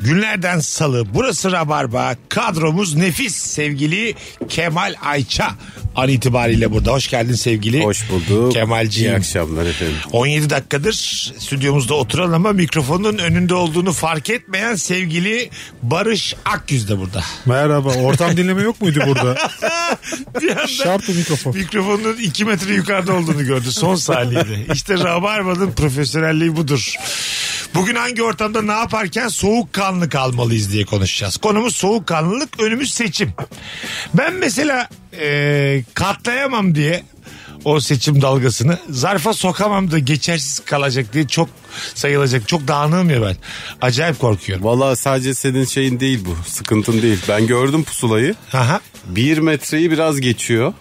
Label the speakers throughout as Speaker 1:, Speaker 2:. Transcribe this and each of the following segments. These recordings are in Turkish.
Speaker 1: Günlerden salı burası Rabarba kadromuz nefis sevgili Kemal Ayça an itibariyle burada. Hoş geldin sevgili.
Speaker 2: Hoş bulduk. İyi
Speaker 1: Kemalciğim.
Speaker 2: akşamlar efendim.
Speaker 1: 17 dakikadır stüdyomuzda oturan ama mikrofonun önünde olduğunu fark etmeyen sevgili Barış Akyüz de burada.
Speaker 3: Merhaba. Ortam dinleme yok muydu burada?
Speaker 1: Bir anda
Speaker 3: Şart bu mikrofon.
Speaker 1: mikrofonun 2 metre yukarıda olduğunu gördü son saniyede. İşte Rabarba'nın profesyonelliği budur. Bugün hangi ortamda ne yaparken soğukkanlı kalmalıyız diye konuşacağız. Konumuz soğukkanlılık, önümüz seçim. Ben mesela e, katlayamam diye o seçim dalgasını zarfa sokamam da geçersiz kalacak diye çok sayılacak. Çok dağınığım ya ben. Acayip korkuyorum.
Speaker 2: Valla sadece senin şeyin değil bu. Sıkıntın değil. Ben gördüm pusulayı.
Speaker 1: Aha.
Speaker 2: Bir metreyi biraz geçiyor.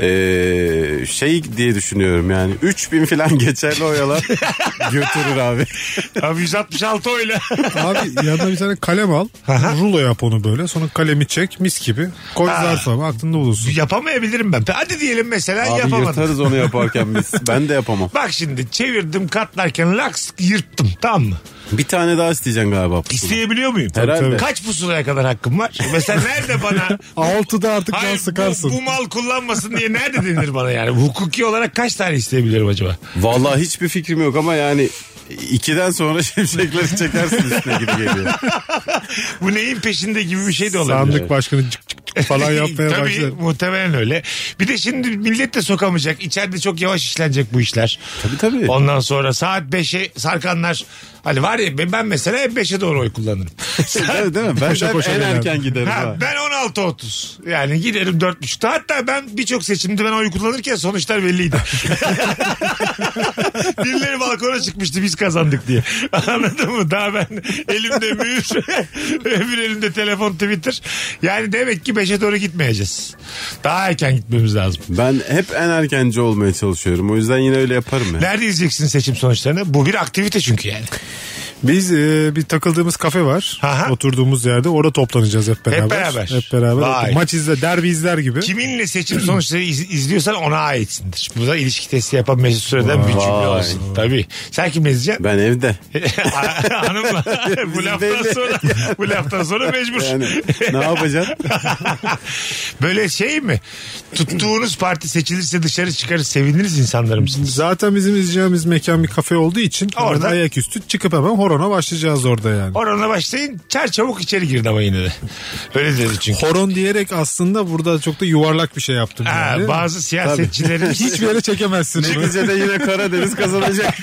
Speaker 2: Ee, şey diye düşünüyorum yani 3000 falan geçerli oyalar götürür abi.
Speaker 1: Abi 166 oyla.
Speaker 3: Abi yanına bir tane kalem al. rulo yap onu böyle. Sonra kalemi çek mis gibi. Koy
Speaker 1: Ha.
Speaker 3: zarfa aklında bulunsun.
Speaker 1: Yapamayabilirim ben. Hadi diyelim mesela
Speaker 2: Abi
Speaker 1: yapamadım.
Speaker 2: yatarız onu yaparken biz. Ben de yapamam.
Speaker 1: Bak şimdi çevirdim katlarken laks yırttım tamam mı?
Speaker 2: Bir tane daha isteyeceksin galiba pusula.
Speaker 1: İsteyebiliyor muyum?
Speaker 2: Herhalde.
Speaker 1: Kaç pusulaya kadar hakkım var? Mesela nerede bana...
Speaker 3: Altıda artık can
Speaker 1: Hayır, bu,
Speaker 3: sıkarsın.
Speaker 1: bu mal kullanmasın diye nerede denir bana yani? Hukuki olarak kaç tane isteyebilirim acaba?
Speaker 2: Valla hiçbir fikrim yok ama yani ikiden sonra şimşekleri çekersin üstüne gibi geliyor.
Speaker 1: Bu neyin peşinde gibi bir şey de olabilir.
Speaker 3: Sandık başkanı cık cık cık falan yapmaya
Speaker 1: Tabii,
Speaker 3: başlar.
Speaker 1: muhtemelen öyle. Bir de şimdi millet de sokamayacak. İçeride çok yavaş işlenecek bu işler.
Speaker 2: Tabii, tabii.
Speaker 1: Ondan sonra saat 5'e sarkanlar. Hani var ya ben- ben mesela hep 5'e doğru oy kullanırım.
Speaker 2: Evet değil mi? Ben
Speaker 3: Koşa
Speaker 2: de hep
Speaker 3: koşa
Speaker 2: en
Speaker 3: gelen.
Speaker 2: erken giderim.
Speaker 1: Ha,
Speaker 2: ha.
Speaker 1: ben 16.30 yani giderim 4.30'da hatta ben birçok seçimde ben oy kullanırken sonuçlar belliydi. Birileri balkona çıkmıştı biz kazandık diye. Anladın mı? Daha ben elimde mühür öbür elimde telefon Twitter. Yani demek ki 5'e doğru gitmeyeceğiz. Daha erken gitmemiz lazım.
Speaker 2: Ben hep en erkenci olmaya çalışıyorum. O yüzden yine öyle yaparım ya.
Speaker 1: Nerede izleyeceksin seçim sonuçlarını? Bu bir aktivite çünkü yani.
Speaker 3: Biz e, bir takıldığımız kafe var.
Speaker 1: Aha.
Speaker 3: Oturduğumuz yerde. Orada toplanacağız hep beraber.
Speaker 1: beraber.
Speaker 3: Hep beraber.
Speaker 1: Vay.
Speaker 3: Maç izle, derbi izler gibi.
Speaker 1: Kiminle seçim sonuçları iz- izliyorsan ona aitsindir. Bu da ilişki testi yapan Mesut Süre'den bir cümle
Speaker 2: Vay.
Speaker 1: olsun. Tabii. Sen kimle izleyeceksin?
Speaker 2: Ben evde.
Speaker 1: Hanımlar bu
Speaker 2: Biz
Speaker 1: laftan
Speaker 2: belli.
Speaker 1: sonra bu laftan sonra mecbur.
Speaker 2: Yani ne yapacaksın?
Speaker 1: Böyle şey mi? Tuttuğunuz parti seçilirse dışarı çıkarır seviniriz insanlar mısınız?
Speaker 3: Zaten bizim izleyeceğimiz mekan bir kafe olduğu için
Speaker 1: Orada-
Speaker 3: orada ayaküstü çıkıp hemen horona başlayacağız orada yani.
Speaker 1: Orana başlayın çar çabuk içeri girin ama yine de. Öyle dedi çünkü.
Speaker 3: Horon diyerek aslında burada çok da yuvarlak bir şey yaptım
Speaker 1: Ha,
Speaker 3: yani.
Speaker 1: bazı siyasetçilerin
Speaker 3: Hiçbir yere çekemezsin. bunu.
Speaker 2: Neticede yine Karadeniz kazanacak.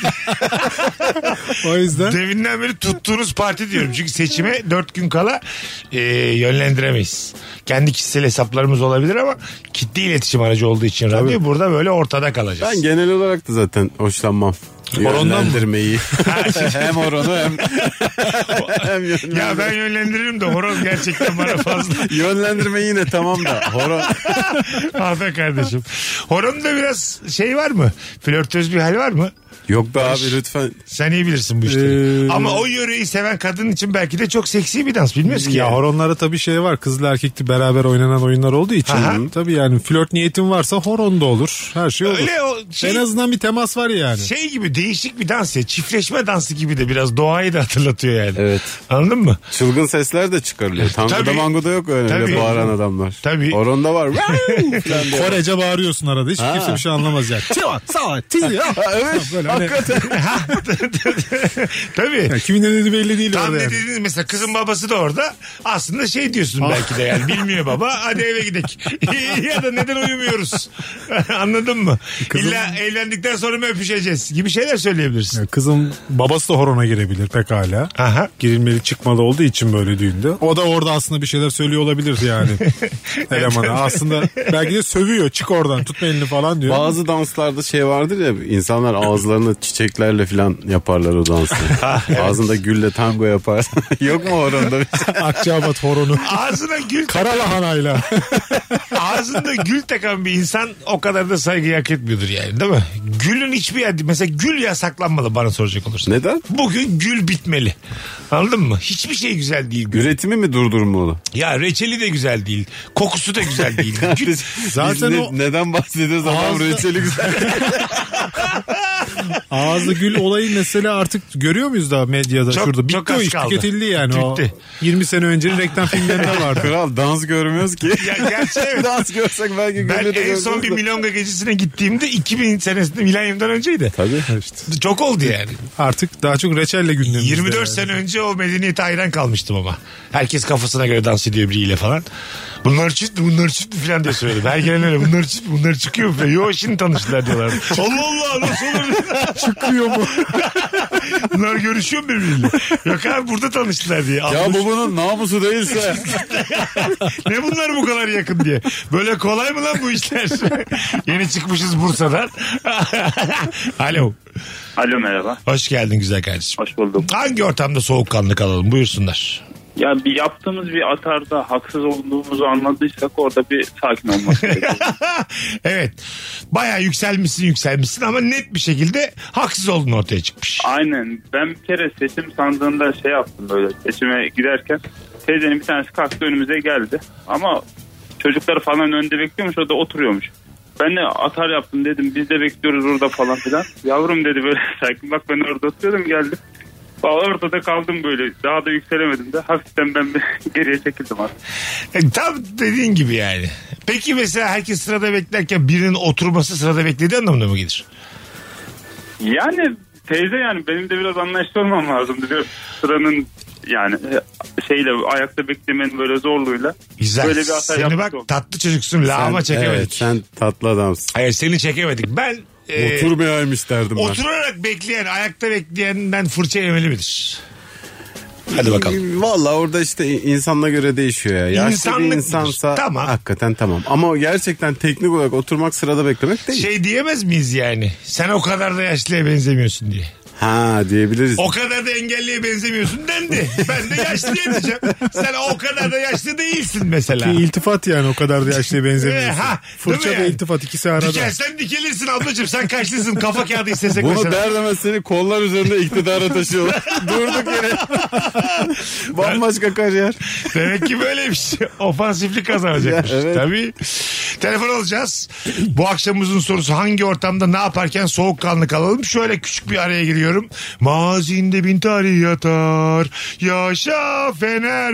Speaker 3: o yüzden
Speaker 1: Devinden beri tuttuğunuz parti diyorum. Çünkü seçime dört gün kala e, yönlendiremeyiz. Kendi kişisel hesaplarımız olabilir ama kitle iletişim aracı olduğu için radyo burada böyle ortada kalacağız.
Speaker 2: Ben genel olarak da zaten hoşlanmam.
Speaker 3: Horondan mı?
Speaker 2: Yönlendirmeyi. hem horonu hem, hem yönlendirmeyi.
Speaker 1: şey, Ya ben yönlendiririm de horoz gerçekten bana fazla.
Speaker 2: Yönlendirme yine tamam da horon.
Speaker 1: Ah be kardeşim. Horonda biraz şey var mı? Flörtöz bir hal var mı?
Speaker 2: Yok be abi lütfen.
Speaker 1: Sen iyi bilirsin bu işleri.
Speaker 3: Ee,
Speaker 1: Ama o yöreyi seven kadın için belki de çok seksi bir dans bilmiyoruz ki.
Speaker 3: ya
Speaker 1: yani.
Speaker 3: horonlara tabii şey var. Kızla erkekli beraber oynanan oyunlar olduğu için.
Speaker 1: Aha.
Speaker 3: Tabii yani flört niyetin varsa horon da olur. Her şey olur.
Speaker 1: Öyle o şey,
Speaker 3: en azından bir temas var yani.
Speaker 1: şey gibi değişik bir dans ya. Çiftleşme dansı gibi de biraz doğayı da hatırlatıyor yani.
Speaker 2: Evet.
Speaker 1: Anladın mı?
Speaker 2: Çılgın sesler de çıkarılıyor. Tangoda
Speaker 1: Tabii.
Speaker 2: mangoda yok öyle
Speaker 1: Tabii.
Speaker 2: bağıran adamlar.
Speaker 1: Tabii.
Speaker 2: Horonda var. Falan diye.
Speaker 3: Korece bağırıyorsun arada. Hiç kimse bir şey anlamaz yani. Çıva, sağ, tizi. ah.
Speaker 2: Evet.
Speaker 3: Böyle hani-
Speaker 1: Tabii.
Speaker 3: Ya kimin ne dediği belli değil
Speaker 1: Tam
Speaker 3: orada
Speaker 1: ne
Speaker 3: yani.
Speaker 1: dediğiniz mesela kızın babası da orada. Aslında şey diyorsun belki de yani bilmiyor baba hadi eve gidelim. ya da neden uyumuyoruz? Anladın mı? İlla evlendikten sonra mı öpüşeceğiz gibi şeyler söyleyebilirsin.
Speaker 3: Ya Kızın babası da horona girebilir pekala.
Speaker 1: Aha.
Speaker 3: Girilmeli çıkmalı olduğu için böyle düğünde. O da orada aslında bir şeyler söylüyor olabilir yani. Elemana aslında belki de sövüyor çık oradan tutma elini falan diyor.
Speaker 2: Bazı danslarda şey vardır ya insanlar bazılarını çiçeklerle falan yaparlar o dansı. Ağzında gülle tango yapar. Yok mu oranda bir şey?
Speaker 3: Akçabat horonu.
Speaker 1: Ağzına gül
Speaker 3: Karalahanayla.
Speaker 1: ağzında gül takan bir insan o kadar da saygı hak etmiyordur yani değil mi? Gülün hiçbir yerde mesela gül yasaklanmalı bana soracak olursan.
Speaker 2: Neden?
Speaker 1: Bugün gül bitmeli. Anladın mı? Hiçbir şey güzel değil. gül.
Speaker 2: Üretimi mi durdurmalı?
Speaker 1: Ya reçeli de güzel değil. Kokusu da güzel değil. Gül-
Speaker 2: Biz- biz
Speaker 3: Zaten
Speaker 2: ne-
Speaker 3: o-
Speaker 2: neden bahsediyoruz adam
Speaker 3: Ağızda-
Speaker 2: reçeli güzel.
Speaker 3: Ağızda gül olayı mesela artık görüyor muyuz daha medyada
Speaker 1: Çok-
Speaker 3: şurada. Bitti
Speaker 1: çok
Speaker 3: o
Speaker 1: az
Speaker 3: iş
Speaker 1: kaldı.
Speaker 3: tüketildi yani o.
Speaker 1: Bitti.
Speaker 3: 20 sene öncenin reklam filmlerinde vardı.
Speaker 2: Kral dans görmüyoruz ki.
Speaker 1: ya gerçi evet.
Speaker 2: dans görsek belki
Speaker 1: Ben
Speaker 2: gülü de
Speaker 1: en son
Speaker 2: görürüz
Speaker 1: bir
Speaker 2: de.
Speaker 1: milonga gecesine gittiğimde 2000 senesinde milanyumdan önceydi.
Speaker 2: Tabii.
Speaker 1: Çok oldu yani.
Speaker 3: Artık daha çok reçelle gündemimizde.
Speaker 1: 24
Speaker 3: yani.
Speaker 1: sene önce o medeniyete hayran kalmıştım ama. Herkes kafasına göre dans ediyor biriyle falan. Bunlar çift mi bunlar çift mi falan diye söyledim. Her gelen öyle bunlar çift mi bunlar çıkıyor mu falan. Yo şimdi tanıştılar diyorlar. Allah Allah nasıl olur?
Speaker 3: Çıkıyor mu?
Speaker 1: bunlar görüşüyor mu birbiriyle? Yok abi burada tanıştılar diye.
Speaker 2: Ya bu bunun namusu değilse.
Speaker 1: Ne bunlar bu kadar yakın diye. Böyle kolay mı lan bu işler? Yeni çıkmışız Bursa'dan. Alo.
Speaker 4: Alo merhaba.
Speaker 1: Hoş geldin güzel kardeşim.
Speaker 4: Hoş bulduk.
Speaker 1: Hangi ortamda soğukkanlı kalalım buyursunlar.
Speaker 4: Ya bir yaptığımız bir atarda haksız olduğumuzu anladıysak orada bir sakin olmak gerekiyor.
Speaker 1: evet. Bayağı yükselmişsin yükselmişsin ama net bir şekilde haksız olduğun ortaya çıkmış.
Speaker 4: Aynen. Ben bir kere seçim sandığında şey yaptım böyle seçime giderken teyzenin bir tanesi kalktı önümüze geldi. Ama çocukları falan önde bekliyormuş o da oturuyormuş. Ben de atar yaptım dedim biz de bekliyoruz orada falan filan. Yavrum dedi böyle sakin bak ben orada oturuyordum geldim. Valla ortada kaldım böyle daha da yükselemedim de hafiften ben bir geriye çekildim artık.
Speaker 1: E, tam dediğin gibi yani. Peki mesela herkes sırada beklerken birinin oturması sırada beklediği anlamına mı gelir?
Speaker 4: Yani teyze yani benim de biraz anlayışlı olmam lazım diyor. Sıranın yani e, şeyle ayakta beklemenin böyle zorluğuyla.
Speaker 1: Güzel.
Speaker 4: Böyle bir hata
Speaker 1: Seni
Speaker 4: yapmış
Speaker 1: bak
Speaker 4: oldum.
Speaker 1: tatlı çocuksun lağıma
Speaker 2: Sen-
Speaker 1: çekemedik.
Speaker 2: Evet, sen tatlı adamsın.
Speaker 1: Hayır seni çekemedik. Ben e,
Speaker 2: Ee, Oturmayaymış derdim ben.
Speaker 1: oturarak bekleyen, ayakta bekleyenden fırça yemeli midir? Hadi bakalım.
Speaker 2: Valla Ee, orada işte insanla göre değişiyor ya. Yaşlı
Speaker 1: İnsanlık
Speaker 2: bir insansa
Speaker 1: mıdır? Tamam.
Speaker 2: hakikaten tamam. Ama gerçekten teknik olarak oturmak sırada beklemek değil.
Speaker 1: Şey diyemez miyiz yani? Sen o kadar da yaşlıya benzemiyorsun diye.
Speaker 2: Ha diyebiliriz.
Speaker 1: O kadar da engelliye benzemiyorsun dendi. Ben de yaşlıya diyeceğim. Sen o kadar da yaşlı değilsin mesela.
Speaker 3: Ki iltifat yani o kadar da yaşlıya benzemiyorsun.
Speaker 1: Ha, değil
Speaker 3: Fırça
Speaker 1: mi
Speaker 3: ve
Speaker 1: yani?
Speaker 3: iltifat ikisi arada.
Speaker 1: Dikersen dikilirsin ablacığım. Sen kaçlısın? Kafa kağıdı istesek
Speaker 2: Bunu
Speaker 1: mesela.
Speaker 2: der demez seni kollar üzerinde iktidara taşıyorlar. Durduk yere. Bambaşka kariyer.
Speaker 1: Demek ki böyleymiş. Ofansiflik kazanacakmış.
Speaker 2: Ya, evet.
Speaker 1: Tabii. Telefon alacağız. Bu akşamımızın sorusu hangi ortamda ne yaparken soğukkanlı kalalım? Şöyle küçük bir araya giriyorum. Mazinde bin tarih yatar. Yaşa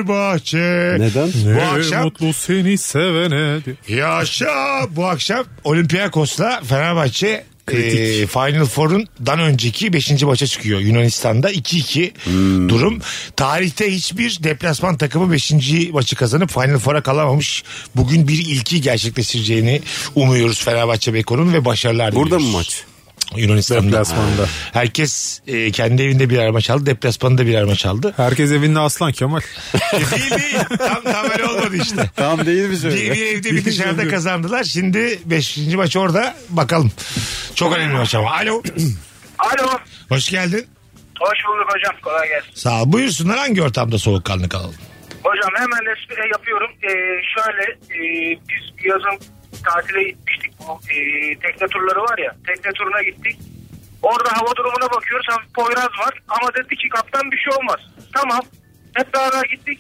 Speaker 1: Fenerbahçe.
Speaker 2: Neden?
Speaker 3: Ne
Speaker 1: Bu akşam
Speaker 3: mutlu seni sevene. diyor.
Speaker 1: Yaşa bu akşam Olympiakos'la Fenerbahçe e, Final Four'undan önceki 5. maça çıkıyor Yunanistan'da 2-2
Speaker 2: Hmm.
Speaker 1: durum. Tarihte hiçbir deplasman takımı 5. maçı kazanıp Final Four'a kalamamış. Bugün bir ilki gerçekleştireceğini umuyoruz Fenerbahçe Beko'nun ve başarılar
Speaker 2: Burada mı
Speaker 1: diliyoruz.
Speaker 2: maç?
Speaker 1: Yunanistan'da.
Speaker 3: Deplasmanda.
Speaker 1: Herkes e, kendi evinde birer maç aldı. Deplasmanda birer maç aldı.
Speaker 3: Herkes evinde aslan Kemal.
Speaker 1: E, değil değil. Tam, tam öyle olmadı işte.
Speaker 2: Tam değil şey mi
Speaker 1: Bir,
Speaker 2: şöyle?
Speaker 1: bir evde bir dışarıda kazandılar. Şimdi 5. maç orada. Bakalım. Çok önemli maç ama. Alo.
Speaker 5: Alo.
Speaker 1: Hoş geldin.
Speaker 5: Hoş bulduk hocam. Kolay gelsin.
Speaker 1: Sağ ol. Buyursunlar hangi ortamda soğukkanlı kalalım?
Speaker 5: Hocam hemen espri yapıyorum. Ee, şöyle e, biz bir yazın tatile gitmiştik. Bu e, tekne turları var ya. Tekne turuna gittik. Orada hava durumuna bakıyoruz. Hafif Poyraz var. Ama dedi ki kaptan bir şey olmaz. Tamam. Hep beraber gittik.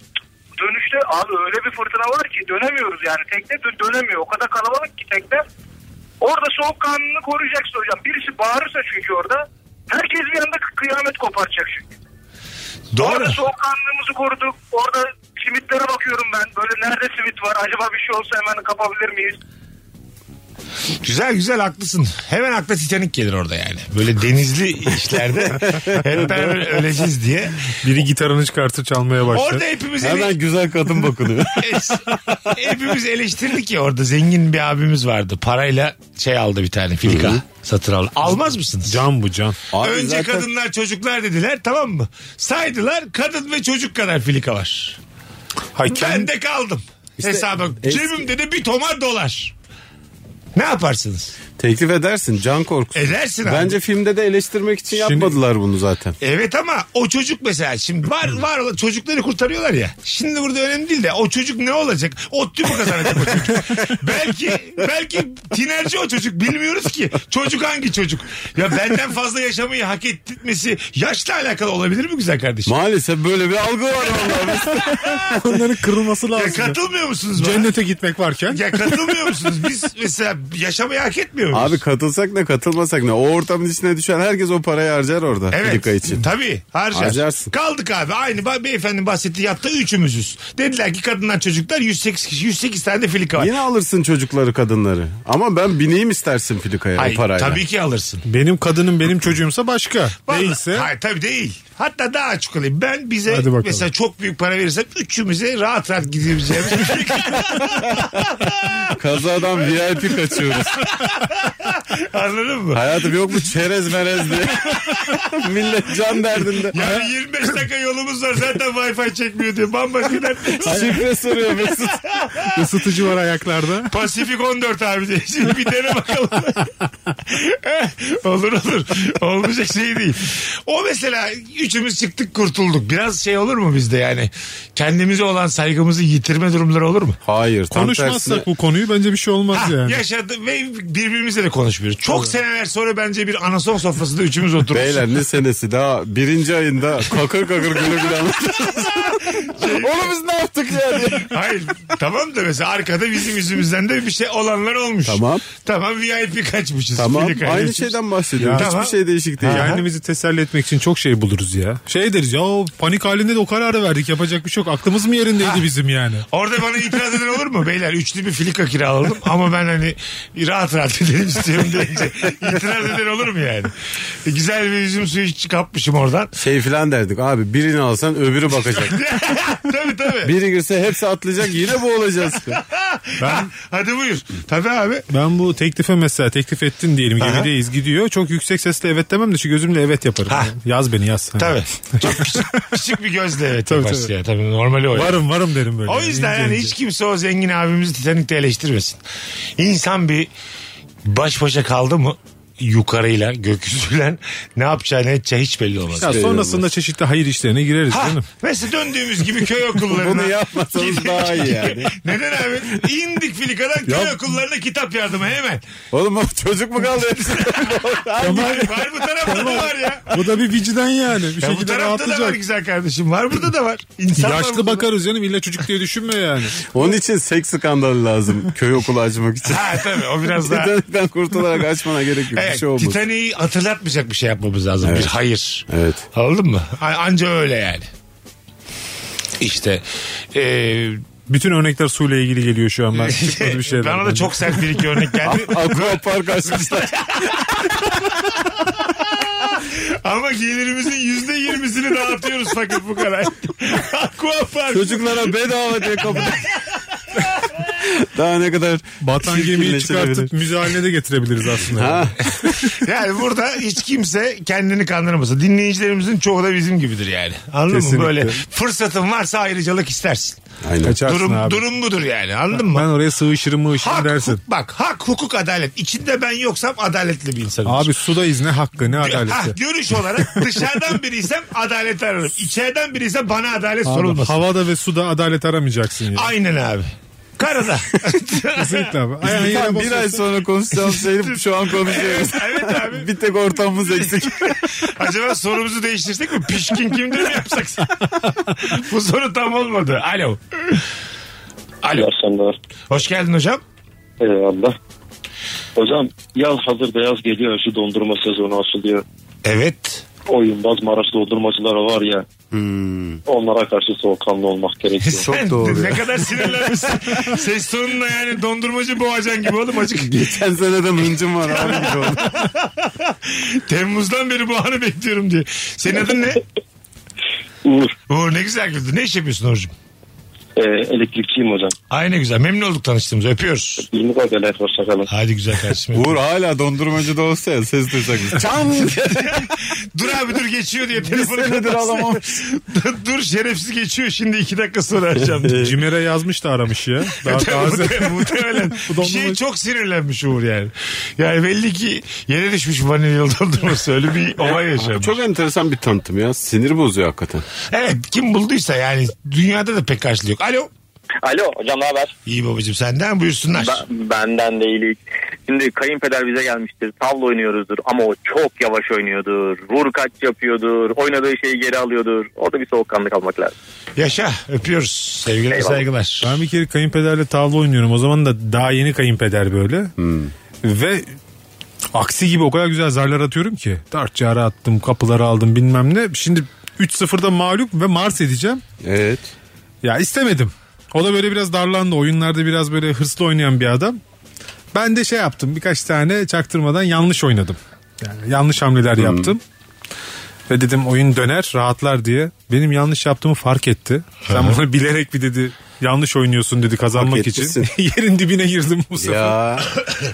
Speaker 5: Dönüşte abi öyle bir fırtına var ki dönemiyoruz yani. Tekne dö- dönemiyor. O kadar kalabalık ki tekne. Orada soğuk kanunu koruyacaksın hocam. Birisi bağırırsa çünkü orada. Herkes bir anda kı- kıyamet koparacak çünkü.
Speaker 1: Doğru.
Speaker 5: Orada soğukkanlığımızı koruduk. Orada simitlere bakıyorum ben. Böyle nerede simit var? Acaba bir şey olsa hemen kapabilir miyiz?
Speaker 1: Güzel güzel haklısın. Hemen akla Titanik gelir orada yani. Böyle denizli işlerde hep beraber öleceğiz diye.
Speaker 3: Biri gitarını çıkartır çalmaya başlar.
Speaker 1: Orada hepimiz ele-
Speaker 2: Hemen güzel kadın bakılıyor.
Speaker 1: hepimiz eleştirdik ya orada zengin bir abimiz vardı. Parayla şey aldı bir tane filika satın aldı. Almaz mısınız?
Speaker 3: Can bu can.
Speaker 2: Abi
Speaker 1: Önce
Speaker 2: zaten-
Speaker 1: kadınlar çocuklar dediler tamam mı? Saydılar kadın ve çocuk kadar filika var.
Speaker 3: Hay
Speaker 1: Ben
Speaker 3: kendi-
Speaker 1: de kaldım.
Speaker 2: İşte
Speaker 1: Hesaba
Speaker 2: eski-
Speaker 1: cebimde de bir tomar dolar. Ne yaparsınız?
Speaker 2: Teklif edersin Can Korkut.
Speaker 1: Edersin abi.
Speaker 2: Bence filmde de eleştirmek için
Speaker 3: Şimdi-
Speaker 2: yapmadılar bunu zaten.
Speaker 1: Evet ama o çocuk mesela şimdi var var olan çocukları kurtarıyorlar ya. Şimdi burada önemli değil de o çocuk ne olacak? Ottu mu kazanacak o çocuk? belki belki tinerci o çocuk bilmiyoruz ki. Çocuk hangi çocuk? Ya benden fazla yaşamayı hak etmesi yaşla alakalı olabilir mi güzel kardeşim?
Speaker 2: Maalesef böyle bir algı var vallahi.
Speaker 3: Onların kırılması
Speaker 1: ya
Speaker 3: lazım.
Speaker 1: katılmıyor musunuz bana?
Speaker 3: Cennete gitmek varken.
Speaker 1: Ya katılmıyor musunuz? Biz mesela yaşamayı hak etmiyor muyuz?
Speaker 2: Abi katılsak ne katılmasak ne. O ortamın içine düşen herkes o parayı harcar orada.
Speaker 1: Evet.
Speaker 2: Filika için.
Speaker 1: Tabii. Harcar.
Speaker 2: Harcarsın.
Speaker 1: Kaldık abi. Aynı ba- beyefendi bahsettiği yatta üçümüzüz. Dediler ki kadınlar çocuklar 108 kişi. 108 tane de filika var.
Speaker 2: Yine alırsın çocukları kadınları. Ama ben bineyim istersin Filika'ya
Speaker 1: Ay,
Speaker 2: o parayla.
Speaker 1: tabii ki alırsın.
Speaker 3: Benim kadının benim çocuğumsa başka.
Speaker 1: Vallahi-
Speaker 3: Değilse
Speaker 1: Hayır tabii değil. Hatta daha açık olayım. Ben bize
Speaker 3: Hadi bakalım.
Speaker 1: mesela çok büyük para verirsem üçümüze rahat rahat gidebileceğimiz bir filika.
Speaker 2: Kazadan VIP kaçıyoruz.
Speaker 1: Anladın mı?
Speaker 2: Hayatım yok mu çerez merez diye. Millet can derdinde.
Speaker 1: Yani 25 dakika yolumuz var zaten wifi çekmiyor diye. Bambaşka dert.
Speaker 2: Şifre soruyor Mesut.
Speaker 3: ısıtıcı var ayaklarda.
Speaker 1: Pasifik 14 abi diye. Şimdi bir dene bakalım. olur olur. Olmayacak şey değil. O mesela üçümüz çıktık kurtulduk. Biraz şey olur mu bizde yani? Kendimize olan saygımızı yitirme durumları olur mu?
Speaker 2: Hayır. tam tersine-
Speaker 3: Konuşmazsak bu konuyu bence bir şey olmaz
Speaker 1: Ha,
Speaker 3: yani.
Speaker 1: yaşadı ve birbirimizle de konuşmuyoruz. Çok seneler sonra bence bir anason sofrasında üçümüz otururuz.
Speaker 2: Beyler ne senesi daha birinci ayında kakır kakır gülü gülü anlatıyoruz. Oğlum biz ne yaptık ya diye.
Speaker 1: Hayır tamam da mesela arkada bizim yüzümüzden de bir şey olanlar olmuş.
Speaker 2: Tamam.
Speaker 1: Tamam VIP kaçmışız.
Speaker 2: Tamam
Speaker 1: Filika
Speaker 2: aynı
Speaker 1: kaçmışız.
Speaker 2: şeyden bahsediyoruz.
Speaker 1: Ya.
Speaker 2: Hiçbir şey değişik değil.
Speaker 3: Kendimizi teselli etmek için çok şey buluruz ya. Şey deriz ya o panik halinde de o kararı verdik yapacak bir şey yok. Aklımız mı yerindeydi bizim yani?
Speaker 1: Orada bana itiraz eden olur mu? Beyler üçlü bir filika kiraladım ama ben hani rahat rahat gidelim istiyorum deyince itiraz eden olur mu yani? E, güzel bir üzüm suyu kapmışım oradan.
Speaker 2: Şey filan derdik abi birini alsan öbürü bakacak.
Speaker 1: tabii tabii.
Speaker 2: Biri girse hepsi atlayacak yine bu olacağız.
Speaker 1: Ha, hadi buyur. Tabii abi.
Speaker 3: Ben bu teklife mesela teklif ettin diyelim gemideyiz gidiyor. Çok yüksek sesle evet demem de şu gözümle evet yaparım.
Speaker 1: Ha.
Speaker 3: Yaz beni yaz.
Speaker 1: Tabii. Çok küçük, küçük bir gözle evet
Speaker 3: Tabii,
Speaker 1: yaparsın
Speaker 3: tabii.
Speaker 1: ya. Tabii normali o. ya.
Speaker 3: Varım varım derim böyle.
Speaker 1: O yüzden
Speaker 3: İnce
Speaker 1: yani
Speaker 3: ince.
Speaker 1: hiç kimse o zengin abimizi Titanik'te eleştirmesin. İnsan bir baş başa kaldı mı yukarıyla gökyüzüyle ne yapacağı ne edeceği hiç belli olmaz.
Speaker 2: Şey
Speaker 3: Ya sonrasında çeşitli hayır işlerine gireriz
Speaker 1: Ha,
Speaker 3: canım.
Speaker 1: mesela döndüğümüz gibi köy okullarına.
Speaker 2: Bunu yapmasanız daha iyi yani.
Speaker 1: Neden abi? İndik filikadan köy okullarına kitap yardımı hemen.
Speaker 2: Oğlum o çocuk mu kaldı hepsi?
Speaker 1: Yani var bu tarafta da var ya.
Speaker 3: Bu da bir vicdan yani. Bir
Speaker 1: ya bu
Speaker 3: şekilde
Speaker 1: tarafta da var
Speaker 3: rahatlayacak.
Speaker 1: güzel kardeşim. Var burada da var. İnsan var
Speaker 3: Yaşlı
Speaker 1: burada da.
Speaker 3: bakarız canım illa çocuk diye düşünme yani.
Speaker 2: Onun için seks skandalı lazım köy okulu açmak için.
Speaker 1: Ha tabii o biraz daha.
Speaker 2: Titanik'ten kurtularak açmana gerek yok. bir
Speaker 1: Evet,
Speaker 2: şey olmaz.
Speaker 1: Titanic'i hatırlatmayacak bir şey yapmamız lazım. Bir hayır.
Speaker 2: Evet.
Speaker 1: Anladın mı? A- Anca öyle yani. İşte eee
Speaker 3: Bütün örnekler suyla ilgili geliyor şu an. Ben çıkmadı bir şeyler.
Speaker 1: bana da çok sert bir iki örnek geldi.
Speaker 2: Aqua park açmışlar.
Speaker 1: Ama gelirimizin yüzde yirmisini dağıtıyoruz fakat bu kadar. Aquapark.
Speaker 2: Çocuklara bedava diye kapı. daha ne kadar
Speaker 3: Batan gemiyi çıkartıp
Speaker 2: çirkinleşebilir.
Speaker 3: müze haline de getirebiliriz aslında.
Speaker 2: Ha,
Speaker 1: Yani burada hiç kimse kendini kandırmasın. Dinleyicilerimizin çoğu da bizim gibidir yani. Anladın mı?
Speaker 3: Kesinlikle.
Speaker 1: Böyle fırsatın varsa ayrıcalık istersin.
Speaker 2: aynen.
Speaker 3: Kaçarsın
Speaker 1: Durum,
Speaker 3: abi.
Speaker 1: durum budur yani anladın mı?
Speaker 3: Ben oraya sığışırım mığışırım
Speaker 1: Hak,
Speaker 3: dersin.
Speaker 1: hukuk, bak hak, hukuk, adalet. İçinde ben yoksam adaletli bir insanım.
Speaker 3: Abi sudayız ne hakkı ne
Speaker 1: Ah,
Speaker 3: adaleti.
Speaker 1: görüş olarak dışarıdan biriysem adalet ararım. İçeriden biriysem bana adalet
Speaker 3: Abi,
Speaker 1: sorulmasın.
Speaker 3: havada ve suda adalet aramayacaksın ya.
Speaker 1: Aynen abi. Karada.
Speaker 3: Kesinlikle abi.
Speaker 2: Biz
Speaker 3: Ayağın
Speaker 2: bir-
Speaker 3: yere
Speaker 2: bir ay
Speaker 3: basıyorsun.
Speaker 2: sonra konuşacağımız şeyi şu an konuşuyoruz.
Speaker 1: evet abi.
Speaker 2: bir tek ortamımız eksik.
Speaker 1: Acaba sorumuzu değiştirsek mi? Pişkin kimdir mi yapsak? Bu soru tam olmadı. Alo. Alo.
Speaker 6: akşamlar.
Speaker 1: Hoş geldin hocam.
Speaker 6: Eyvallah. Hocam yaz hazır beyaz geliyor şu dondurma sezonu açılıyor.
Speaker 1: Evet.
Speaker 6: Oyunbaz Maraş dondurmacıları var ya. Onlara karşı soğukkanlı olmak gerekiyor.
Speaker 1: Sen
Speaker 2: doğru
Speaker 1: Ne kadar sinirlenmişsin. Ses tonunla yani dondurmacı boğacan gibi oğlum açık.
Speaker 2: Geçen sene de mıncım var abi gibi oldu.
Speaker 1: Temmuz'dan beri bu anı bekliyorum diye. Senin adın ne?
Speaker 6: Uğur
Speaker 1: Uğur ne güzel güldü. Ne iş yapıyorsun Uğur'cum?
Speaker 6: Ee, elektrikçiyim hocam.
Speaker 1: Ay ne güzel. Memnun olduk tanıştığımıza. Öpüyoruz.
Speaker 6: Bilmi kadar hoşçakalın.
Speaker 1: Hadi güzel kardeşim.
Speaker 2: Uğur hala dondurmacı da olsa ya ses duysak biz. Çan!
Speaker 1: dur abi dur geçiyor diye
Speaker 2: bir
Speaker 1: telefonu
Speaker 2: senedir
Speaker 1: kapatsın.
Speaker 2: alamamış.
Speaker 1: dur şerefsiz geçiyor şimdi iki dakika sonra arayacağım. diye.
Speaker 3: Cimer'e yazmış da aramış ya. Daha taze.
Speaker 1: Muhtemelen- Muhtemelen.
Speaker 3: Bu dondurma-
Speaker 1: Bir şey çok sinirlenmiş Uğur yani. Yani belli ki yere düşmüş vanilyalı dondurması. Öyle bir olay yaşamış.
Speaker 2: Çok enteresan bir tanıtım ya. Sinir bozuyor hakikaten.
Speaker 1: Evet kim bulduysa yani dünyada da pek karşılığı yok. Alo.
Speaker 7: Alo hocam ne haber?
Speaker 1: İyi babacığım senden buyursunlar.
Speaker 7: Ben- benden de iyilik. Şimdi kayınpeder bize gelmiştir. Tavla oynuyoruzdur ama o çok yavaş oynuyordur. Vur kaç yapıyordur. Oynadığı şeyi geri alıyordur. Orada bir soğukkanlı kalmak lazım.
Speaker 1: Yaşa öpüyoruz. Sevgiler
Speaker 7: Eyvallah.
Speaker 1: saygılar.
Speaker 3: Ben bir kere kayınpederle tavla oynuyorum. O zaman da daha yeni kayınpeder böyle. Ve aksi gibi o kadar güzel zarlar atıyorum ki. Dart çağrı attım, kapıları aldım bilmem ne. Şimdi 3-0'da mağlup ve Mars edeceğim.
Speaker 2: Evet.
Speaker 3: Ya istemedim. O da böyle biraz darlandı. Oyunlarda biraz böyle hırslı oynayan bir adam. Ben de şey yaptım. Birkaç tane çaktırmadan yanlış oynadım. Yani yanlış
Speaker 2: Hmm.
Speaker 3: hamleler yaptım. Ve dedim oyun döner rahatlar diye. Benim yanlış yaptığımı fark etti. Sen bunu bilerek bir dedi yanlış oynuyorsun dedi kazanmak
Speaker 2: Fark
Speaker 3: için.
Speaker 2: etmişsin.
Speaker 3: Yerin dibine girdim bu sefer.
Speaker 2: Ya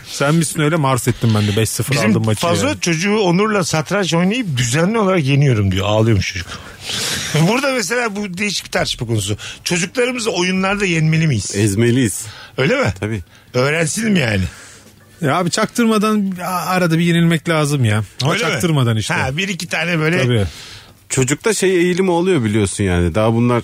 Speaker 3: Sen misin öyle Mars ettim ben de 5-0 aldım
Speaker 1: Bizim
Speaker 3: maçı.
Speaker 1: fazla
Speaker 3: yani.
Speaker 1: çocuğu Onur'la satranç oynayıp düzenli olarak yeniyorum diyor. Ağlıyormuş çocuk. Burada mesela bu değişik bir tartışma konusu. Çocuklarımızı oyunlarda yenmeli miyiz?
Speaker 3: E-
Speaker 2: ezmeliyiz.
Speaker 1: Öyle mi?
Speaker 2: Tabii.
Speaker 1: Öğrensin mi yani?
Speaker 3: Ya abi çaktırmadan ya arada bir yenilmek lazım ya. Ama
Speaker 1: Öyle mi?
Speaker 3: çaktırmadan işte.
Speaker 1: Ha, bir iki tane böyle
Speaker 3: Tabii.
Speaker 2: Çocukta şey eğilimi oluyor biliyorsun yani. Daha bunlar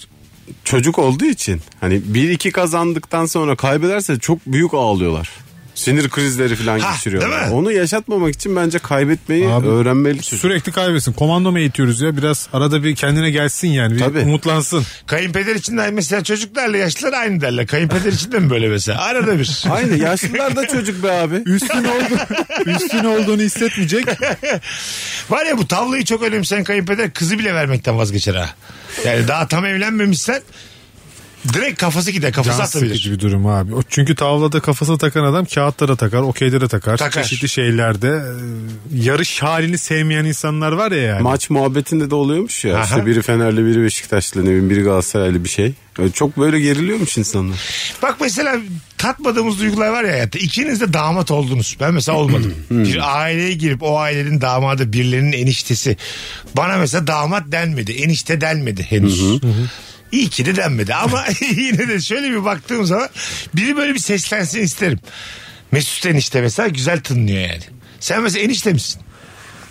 Speaker 2: çocuk olduğu için. Hani bir iki kazandıktan sonra kaybederse çok büyük ağlıyorlar. Sinir krizleri falan
Speaker 1: Ha,
Speaker 2: geçiriyorlar.
Speaker 1: değil mi?
Speaker 2: Onu yaşatmamak için bence kaybetmeyi
Speaker 3: Abi,
Speaker 2: öğrenmeli çocuk.
Speaker 3: Sürekli kaybetsin. Komando mu eğitiyoruz ya? Biraz arada bir kendine gelsin yani. Bir
Speaker 2: Tabii.
Speaker 3: umutlansın.
Speaker 1: kayınpeder için de mesela çocuklarla yaşlılar aynı derler. Kayınpeder için de mi böyle mesela? Arada bir.
Speaker 2: Aynı yaşlılar da çocuk be abi.
Speaker 3: Üstün, oldu, üstün olduğunu hissetmeyecek.
Speaker 1: Var ya bu tavlayı çok önemseyen kayınpeder kızı bile vermekten vazgeçer ha. Yani daha tam evlenmemişsen direkt kafası gider kafası
Speaker 3: Can
Speaker 1: atabilir.
Speaker 3: sıkıcı bir durum abi. O çünkü tavlada kafasına takan adam kağıtlara takar, okeylere takar.
Speaker 1: Takar.
Speaker 3: Çeşitli şeylerde e, yarış halini sevmeyen insanlar var ya yani.
Speaker 2: Maç muhabbetinde de oluyormuş ya.
Speaker 1: Aha.
Speaker 2: İşte biri Fenerli, biri Beşiktaşlı, ne bileyim, biri Galatasaraylı bir şey. Öyle çok böyle geriliyormuş insanlar.
Speaker 1: Bak mesela tatmadığımız duygular var ya hayatta. İkiniz de damat oldunuz. Ben mesela olmadım. bir aileye girip o ailenin damadı birilerinin eniştesi. Bana mesela damat denmedi. Enişte denmedi henüz. İyi ki de denmedi ama yine de şöyle bir baktığım zaman biri böyle bir seslensin isterim. Mesut enişte mesela güzel tınlıyor yani. Sen mesela enişte misin?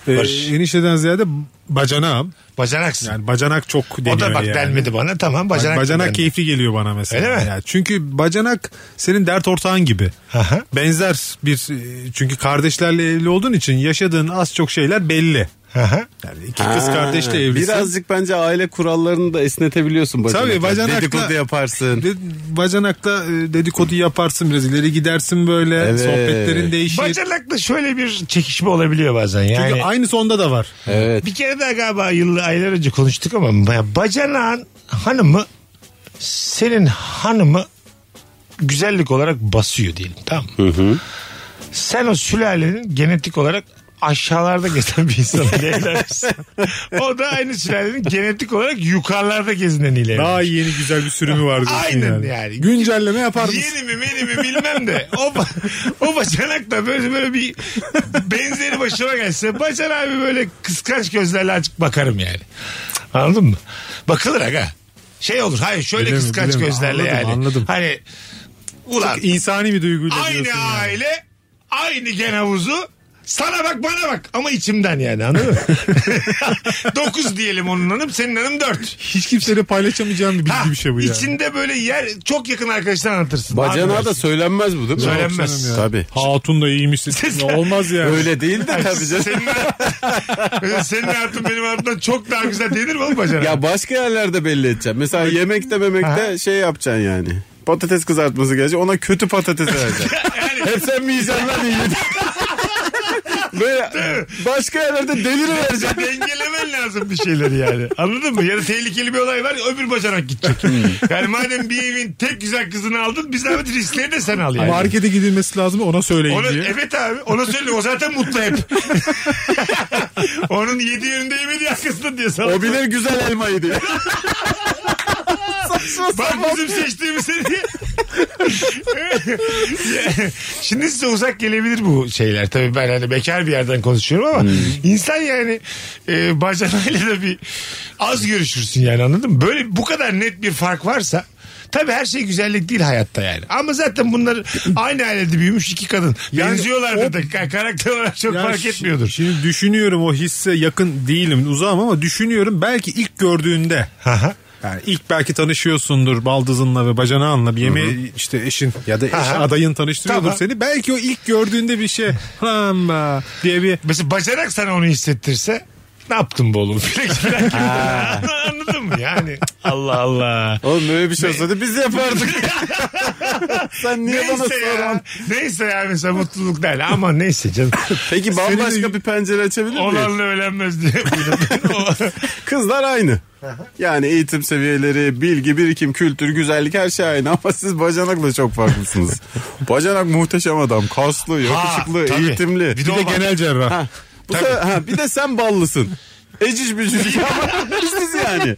Speaker 3: E, enişteden ziyade bacanağım.
Speaker 1: Bacanaksın.
Speaker 3: Yani bacanak çok deniyor
Speaker 1: o da bak
Speaker 3: yani.
Speaker 1: denmedi bana. Tamam bacanak.
Speaker 3: Bacanak,
Speaker 1: da denmedi.
Speaker 3: keyifli geliyor bana mesela.
Speaker 1: Öyle mi?
Speaker 3: Ya çünkü bacanak senin dert ortağın gibi.
Speaker 1: Aha.
Speaker 3: Benzer bir e, çünkü kardeşlerle evli olduğun için yaşadığın az çok şeyler belli.
Speaker 1: Hı hı.
Speaker 3: Yani iki kız kardeşle
Speaker 2: Ha,
Speaker 3: evlisin.
Speaker 2: Birazcık bence aile kurallarını da esnetebiliyorsun bacanakla.
Speaker 3: Tabii bacanakla
Speaker 2: Dedikodu yaparsın.
Speaker 3: De, bacanakla e, dedikodu yaparsın biraz ileri gidersin böyle
Speaker 2: Evet.
Speaker 3: sohbetlerin değişir.
Speaker 1: Bacanakla şöyle bir çekişme olabiliyor bazen. Yani...
Speaker 3: şey- Çünkü aynı sonda da var.
Speaker 2: Evet.
Speaker 1: Bir kere daha galiba yıllar aylar önce konuştuk ama ya bacanağın hanımı senin hanımı güzellik olarak basıyor diyelim tamam mı? Sen o sülalenin genetik olarak aşağılarda gezen bir insan evlenmişsin. o da aynı sülalenin genetik olarak yukarılarda gezinen
Speaker 3: Daha
Speaker 1: ilerlemiş.
Speaker 3: yeni güzel bir sürümü var diyorsun
Speaker 1: Aynen
Speaker 3: yani.
Speaker 1: yani.
Speaker 3: Güncelleme yapar mısın?
Speaker 1: Yeni mi meni mi bilmem de o, ba- o bacanak da böyle böyle bir benzeri başıma gelse bacan abi böyle kıskanç gözlerle açık bakarım yani. Anladın mı? Bakılır aga. Şey olur hayır şöyle
Speaker 3: Bilirim,
Speaker 1: kıskanç
Speaker 3: bilirim.
Speaker 1: gözlerle
Speaker 3: Anladım,
Speaker 1: yani.
Speaker 3: anladım.
Speaker 1: Hani ulan
Speaker 3: İnsani bir duyguyla
Speaker 1: aynı
Speaker 3: diyorsun yani.
Speaker 1: aile aynı gen havuzu sana bak bana bak ama içimden yani anladın mı? 9 diyelim onun hanım senin hanım 4.
Speaker 3: Hiç kimseyle paylaşamayacağım bir bilgi
Speaker 1: Ha,
Speaker 3: bir şey bu yani.
Speaker 1: İçinde böyle yer çok yakın arkadaşlar anlatırsın.
Speaker 2: Bacanağa
Speaker 1: Abi,
Speaker 2: da söylenmez bu değil mi?
Speaker 1: Söylenmez. Şey-
Speaker 2: Yok canım ya. Tabii.
Speaker 3: Hatun da iyiymiş. Olmaz yani.
Speaker 2: Öyle değil de tabii canım.
Speaker 1: Senin, Mesela senin hayatın benim hayatımdan çok daha güzel denir mi oğlum bacana?
Speaker 2: Ya başka yerlerde belli edeceğim. Mesela yemekte memekte şey yapacaksın yani. Patates kızartması gelecek ona kötü patates vereceksin. Hep sen mi yiyeceksin lan iyi? Böyle başka yerlerde deliri vereceksin.
Speaker 1: Dengelemen lazım bir şeyleri yani. Anladın mı? Ya da tehlikeli bir olay var öbür bacanak gidecek.
Speaker 2: Hmm.
Speaker 1: yani madem bir evin tek güzel kızını aldın biz zahmet riskleri de sen al yani.
Speaker 3: Markete gidilmesi lazım ona söyleyin
Speaker 1: Ona,
Speaker 3: diye.
Speaker 1: evet abi ona söyle o zaten mutlu hep. Onun yedi yönünde yemedi arkasında diye sana.
Speaker 2: O bilir güzel elmayı diye. Saçma
Speaker 1: Bak
Speaker 2: sapan.
Speaker 1: bizim seçtiğimiz seni. Şimdi size uzak gelebilir bu şeyler. Tabii ben hani bekar bir yerden konuşuyorum
Speaker 3: Hmm.
Speaker 1: ama insan yani e, bacanayla da bir az görüşürsün yani anladın mı? Böyle bu kadar net bir fark varsa Tabii her şey güzellik değil hayatta yani. Ama zaten bunlar aynı ailede büyümüş iki kadın.
Speaker 3: Yani
Speaker 1: Benziyorlardır
Speaker 3: o-
Speaker 1: da ka- karakter olarak çok
Speaker 3: Ya
Speaker 1: fark
Speaker 3: şi-
Speaker 1: etmiyordur.
Speaker 3: Şimdi düşünüyorum o hisse yakın değilim uzağım ama düşünüyorum belki ilk gördüğünde
Speaker 1: Aha.
Speaker 3: yani ilk belki tanışıyorsundur baldızınla ve bacanağınla bir yemeğe işte eşin ya da eş,
Speaker 1: Aha.
Speaker 3: adayın tanıştırıyordur
Speaker 1: Tamam.
Speaker 3: seni. Belki o ilk gördüğünde bir şey ama diye bir
Speaker 1: Mesela bacanak sana onu hissettirse ne yaptın bu oğlum? Bilek bilek gibi. Anladın mı yani? Allah Allah.
Speaker 2: Oğlum böyle bir şey olsaydı biz yapardık. Sen niye bana
Speaker 1: neyse ya.
Speaker 2: soran?
Speaker 1: Neyse ya mesela mutluluk değil ama neyse canım.
Speaker 2: Peki
Speaker 1: Senin-
Speaker 2: bambaşka bir pencere açabilir miyiz?
Speaker 1: Olanla öğlenmez diye. Buyurun.
Speaker 2: Kızlar aynı. Yani eğitim seviyeleri, bilgi, birikim, kültür, güzellik her şey aynı ama siz bacanakla çok farklısınız. Bacanak muhteşem adam. Kaslı, yakışıklı,
Speaker 1: tabii.
Speaker 2: eğitimli.
Speaker 1: Bir de
Speaker 3: bir de genel cerrah.
Speaker 2: Ha, bu se- ha, bir de sen ballısın. Eciş bücüş ama biziz yani.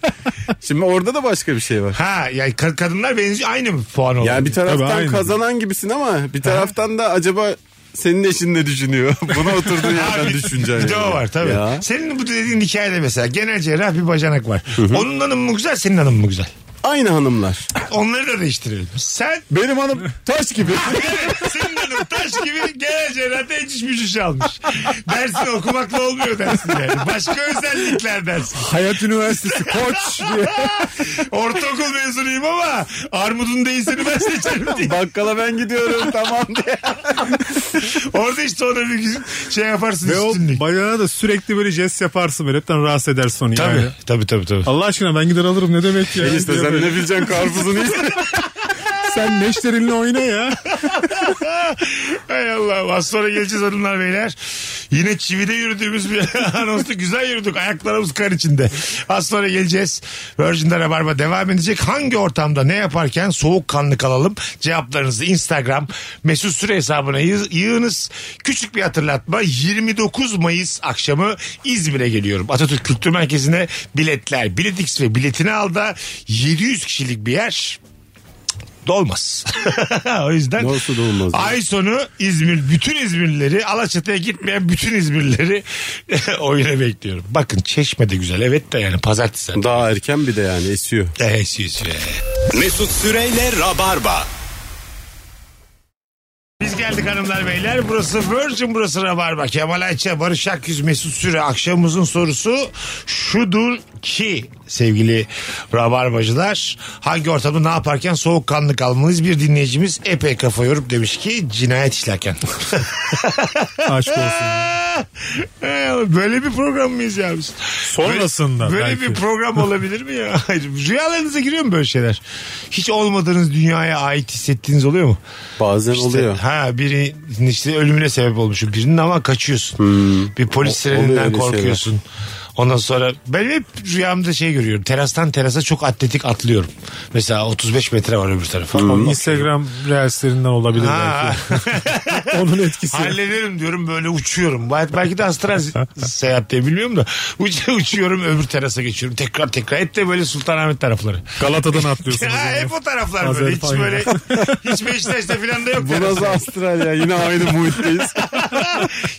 Speaker 2: Şimdi orada da başka bir şey var.
Speaker 1: ha yani ka- kadınlar benziyor aynı mı puan oldu?
Speaker 2: Yani bir taraftan
Speaker 3: Tabii, aynen.
Speaker 2: kazanan gibisin ama bir taraftan da acaba senin eşin ne düşünüyor? Buna oturduğun yerden düşüneceksin.
Speaker 1: Bir de o
Speaker 2: yani.
Speaker 1: var tabii.
Speaker 2: Ya.
Speaker 1: Senin bu dediğin hikayede mesela genel cerrah bir bacanak var. Onun hanım mı güzel senin hanım mı güzel?
Speaker 2: Aynı hanımlar.
Speaker 1: Onları da değiştirelim. Sen
Speaker 2: Benim hanım taş gibi.
Speaker 1: Senin hanım taş gibi genel cerrahta eciş bücüş almış. Dersin okumakla olmuyor dersin yani. Başka özellikler dersin.
Speaker 3: Hayat Üniversitesi koç diye.
Speaker 1: Ortaokul mezunuyum ama armudun değilsini ben seçerim diye.
Speaker 2: Bakkala ben gidiyorum tamam diye.
Speaker 1: Orada işte ona bir şey yaparsın
Speaker 3: Ve o
Speaker 1: üstünlük.
Speaker 3: bayana da sürekli böyle jest yaparsın böyle hepten rahatsız edersin onu yani.
Speaker 1: tabii tabii tabii.
Speaker 3: Allah aşkına ben gider alırım ne demek ya.
Speaker 2: İşte
Speaker 3: Diye
Speaker 2: sen
Speaker 3: böyle.
Speaker 2: ne bileceksin karpuzunu işte.
Speaker 3: sen neşterinle oyna ya.
Speaker 1: Hay Allah. Az sonra geleceğiz hanımlar beyler. Yine çivide yürüdüğümüz bir anonsta güzel yürüdük. Ayaklarımız kar içinde. Az sonra geleceğiz. Virgin'de Rabarba devam edecek. Hangi ortamda ne yaparken soğukkanlı kalalım? Cevaplarınızı Instagram mesut süre hesabına yığ- yığınız. Küçük bir hatırlatma. 29 Mayıs akşamı İzmir'e geliyorum. Atatürk Kültür Merkezi'ne biletler. Biletix ve biletini al da 700 kişilik bir yer dolmaz. o yüzden
Speaker 2: Nasıl dolmaz ya?
Speaker 1: ay sonu İzmir bütün İzmirlileri Alaçatı'ya gitmeyen bütün İzmirlileri oyuna bekliyorum. Bakın Çeşme de güzel evet de yani pazartesi.
Speaker 2: Daha erken bir de yani esiyor.
Speaker 1: Eh, siz, eh.
Speaker 8: Mesut Süreyle Rabarba.
Speaker 1: Biz geldik hanımlar beyler. Burası Virgin, burası Rabarba. Kemal Ayça, Barış Akyüz, Mesut Süre. Akşamımızın sorusu şudur ki sevgili Rabarbacılar. Hangi ortamda ne yaparken soğukkanlı kalmalıyız? Bir dinleyicimiz epey kafa yorup demiş ki cinayet işlerken.
Speaker 3: Aşk olsun.
Speaker 1: Böyle bir program mıyız ya biz?
Speaker 3: Sonrasında
Speaker 1: Böyle, böyle
Speaker 3: belki.
Speaker 1: bir program olabilir mi ya? Hayır. Rüyalarınıza giriyor mu böyle şeyler? Hiç olmadığınız dünyaya ait hissettiğiniz oluyor mu?
Speaker 2: Bazen
Speaker 1: İşte,
Speaker 2: oluyor.
Speaker 1: Ha birinin işte ölümüne sebep olmuşum. Birinin ama kaçıyorsun. Bir polis
Speaker 2: Hmm. O- oluyor
Speaker 1: sireninden
Speaker 2: öyle
Speaker 1: korkuyorsun. Ondan sonra ben hep rüyamda şey görüyorum. Terastan terasa çok atletik atlıyorum. Mesela 35 metre var öbür tarafa. Ondan-
Speaker 3: Instagram reelslerinden olabilir
Speaker 1: Ha.
Speaker 3: belki. Onun etkisi.
Speaker 1: Hallederim diyorum böyle uçuyorum. Bel- Belki de astral seyahat diye bilmiyorum da. Uç- uçuyorum öbür terasa geçiyorum. Tekrar tekrar. Hep de böyle Sultanahmet tarafları.
Speaker 3: Galata'dan atlıyorsunuz.
Speaker 1: Ha,
Speaker 3: yani.
Speaker 1: hep o taraflar
Speaker 3: Hazret
Speaker 1: böyle. Hiç
Speaker 3: Fahim.
Speaker 1: böyle hiç Beşiktaş'ta falan da yok.
Speaker 2: Bu nasıl Avustralya? Yine aynı muhitteyiz.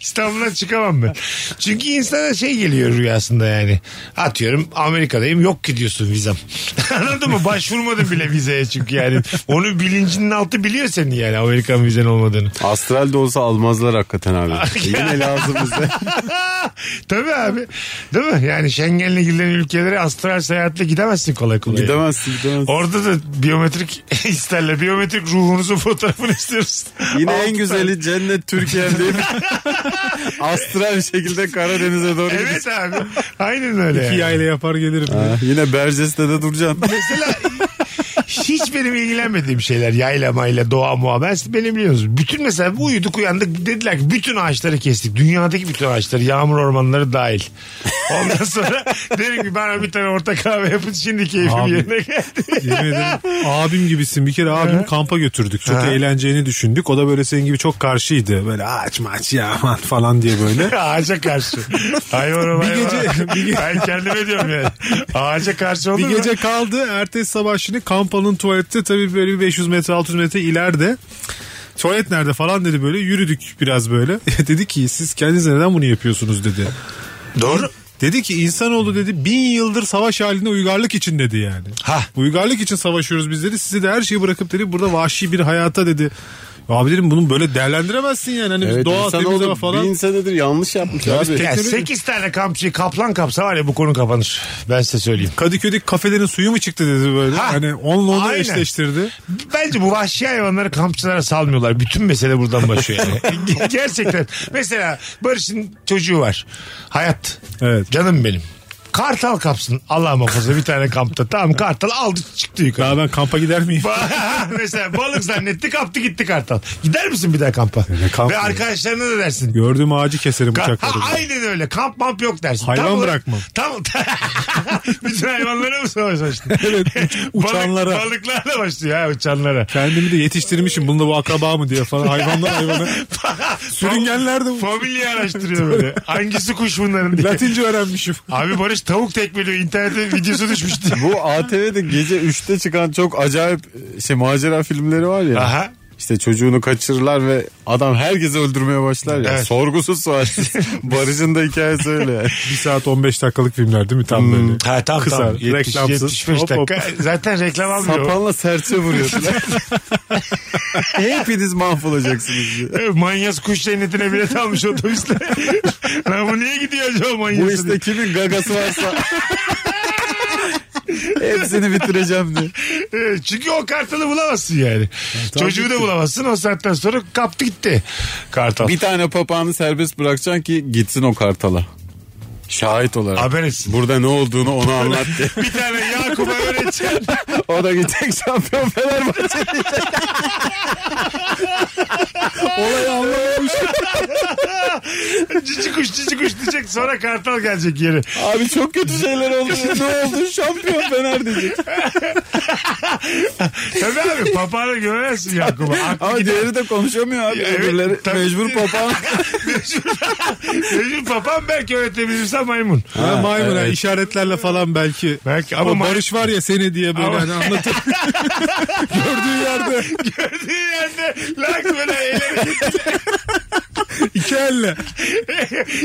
Speaker 1: İstanbul'dan çıkamam ben. Çünkü insana şey geliyor rüyasında yani. Atıyorum Amerika'dayım yok ki diyorsun vizem. Anladın mı? Başvurmadım bile vizeye çünkü yani. Onun bilincinin altı biliyor seni yani Amerikan vizen olmadığını.
Speaker 2: Astral de olsa almazlar hakikaten abi. Yine lazım bize.
Speaker 1: Tabii abi. Değil mi? Yani Schengen'le girilen ülkelere astral seyahatle gidemezsin kolay kolay.
Speaker 2: Gidemezsin gidemezsin.
Speaker 1: Orada da biyometrik isterler. Biyometrik ruhunuzun fotoğrafını istiyoruz.
Speaker 2: Yine
Speaker 1: Altı
Speaker 2: en güzeli cennet Türkiye değil mi? Astral bir şekilde Karadeniz'e doğru
Speaker 1: tane.
Speaker 2: gidiyorsun.
Speaker 1: Evet abi. Aynen öyle.
Speaker 3: İki
Speaker 1: yani.
Speaker 3: yayla yapar gelirim.
Speaker 2: Ha, yine Berces'te de duracaksın.
Speaker 1: Mesela Hiç benim ilgilenmediğim şeyler yayla mayla doğa muha. Ben siz beni biliyorsunuz. Bütün mesela bu uyuduk uyandık dediler ki bütün ağaçları kestik. Dünyadaki bütün ağaçları yağmur ormanları dahil. Ondan sonra derim ki bana bir tane orta kahve yapın şimdi keyfim
Speaker 3: Abi.
Speaker 1: yerine geldi.
Speaker 3: Yemin ederim abim gibisin. Bir kere abim kampa götürdük. Çok eğleneceğini düşündük. O da böyle senin gibi çok karşıydı. Böyle aç maç ya aman" falan diye böyle.
Speaker 1: Ağaca karşı. Hayvan
Speaker 3: Bir gece- bir ge-
Speaker 1: Ben kendime diyorum yani. Ağaca karşı olur
Speaker 3: Bir
Speaker 1: mu?
Speaker 3: gece kaldı. Ertesi sabah şimdi kampanın tuvalette tabii böyle bir 500 metre 600 metre ileride. Tuvalet nerede falan dedi böyle. Yürüdük biraz böyle. dedi ki siz kendinize neden bunu yapıyorsunuz dedi.
Speaker 1: Doğru.
Speaker 3: Dedi ki insanoğlu dedi bin yıldır savaş halinde uygarlık için dedi yani.
Speaker 1: Ha.
Speaker 3: Uygarlık için savaşıyoruz biz dedi. Sizi de her şeyi bırakıp dedi burada vahşi bir hayata dedi. Ya Abi dedim bunu böyle değerlendiremezsin yani. Hani biz
Speaker 2: Evet,
Speaker 3: doğa
Speaker 2: insan
Speaker 3: temizleme
Speaker 2: oldu,
Speaker 3: falan.
Speaker 2: Bin senedir yanlış yapmış abi.
Speaker 1: Ya 8 tane kampçıyı kaplan kapsa var ya bu konu kapanır. Ben size söyleyeyim.
Speaker 3: Kadıköy'deki kafelerin suyu mu çıktı dedi böyle.
Speaker 1: Ha.
Speaker 3: Hani onunla onu
Speaker 1: Aynen.
Speaker 3: eşleştirdi.
Speaker 1: Bence bu vahşi hayvanları kampçılara salmıyorlar. Bütün mesele buradan başlıyor yani. Gerçekten. Mesela Barış'ın çocuğu var. Hayat.
Speaker 3: Evet.
Speaker 1: Canım benim. Kartal kapsın Allah muhafaza bir tane kampta. Tamam kartal aldı çıktı yukarı.
Speaker 3: Daha ben kampa gider miyim?
Speaker 1: Mesela balık zannetti kaptı gitti kartal. Gider misin bir daha kampa?
Speaker 3: Ne kamp
Speaker 1: Ve
Speaker 3: ya?
Speaker 1: arkadaşlarına da dersin.
Speaker 3: Gördüğüm ağacı keserim
Speaker 1: Ka-
Speaker 3: bıçakla.
Speaker 1: Ha,
Speaker 3: dedi.
Speaker 1: aynen öyle. Kamp mamp yok dersin.
Speaker 3: Hayvan
Speaker 1: olarak-
Speaker 3: bırakmam.
Speaker 1: Tam, bütün hayvanlara mı savaş başlıyor?
Speaker 3: Evet, uç- uçanlara.
Speaker 1: Balık, balıklarla başlıyor ha uçanlara.
Speaker 3: Kendimi de yetiştirmişim. Bunda bu akraba mı diye falan. Hayvandan hayvana. Sürüngenler de bu.
Speaker 1: Familya araştırıyor böyle. Hangisi kuş bunların diye.
Speaker 3: Latince öğrenmişim.
Speaker 1: Abi Barış tavuk tekmeliyor. İnternette videosu düşmüştü.
Speaker 2: Bu ATV'de gece 3'te çıkan çok acayip e, şey macera filmleri var ya.
Speaker 1: Aha.
Speaker 2: İşte çocuğunu kaçırırlar ve adam herkesi öldürmeye başlar ya.
Speaker 1: Evet.
Speaker 2: Sorgusuz sualsiz. Barış'ın da hikayesi öyle. yani. Hmm.
Speaker 3: 1 saat 15 dakikalık filmler değil mi tam böyle?
Speaker 1: Ha tam
Speaker 3: Kısa,
Speaker 1: tam. Yetmiş-
Speaker 3: reklamsız.
Speaker 1: 75
Speaker 3: Hop, hop.
Speaker 1: dakika. Zaten reklam almıyor.
Speaker 2: Sapanla serçe vuruyorlar. Hepiniz mahvolacaksınız diye.
Speaker 1: Manyas E, kuş cennetine bilet almış otobüsle. Lan bu niye gidiyor acaba
Speaker 2: Bu
Speaker 1: manyası? diye.
Speaker 2: işte kimin gagası varsa hepsini bitireceğim diye.
Speaker 1: Evet, E, Çünkü o kartalı bulamazsın yani. Çocuğu da bulamazsın. O saatten sonra kaptı gitti kartal.
Speaker 2: Bir tane papağanı serbest bırakacaksın ki gitsin o kartala. Şahit olarak.
Speaker 1: Haber etsin.
Speaker 2: Burada ne olduğunu ona anlat diye.
Speaker 1: Bir tane Yakup'a öğreteceksin.
Speaker 2: O da gidecek şampiyon Fenerbahçe diyecek. Olayı anlamamış.
Speaker 1: cici kuş cici kuş diyecek. Sonra kartal gelecek yeri.
Speaker 2: Abi çok kötü şeyler oldu. ne oldu? Şampiyon Fener diyecek.
Speaker 1: Tabii abi papağanı göremezsin Yakup'a. Aklı
Speaker 2: Ama diğeri de konuşamıyor abi.
Speaker 1: Evet,
Speaker 2: Öbürleri
Speaker 1: tabii.
Speaker 2: mecbur papağan.
Speaker 1: Çocuğun papağan belki öğretebilirse maymun.
Speaker 3: Ha, maymun ha,
Speaker 2: evet.
Speaker 3: işaretlerle falan belki.
Speaker 1: Belki ama,
Speaker 3: Ama
Speaker 1: may-
Speaker 3: Barış var ya seni diye böyle
Speaker 1: Ama-
Speaker 3: hani anlatır. Gördüğü yerde
Speaker 1: gördüğü yerde lak böyle eğlenir.
Speaker 3: iki elle.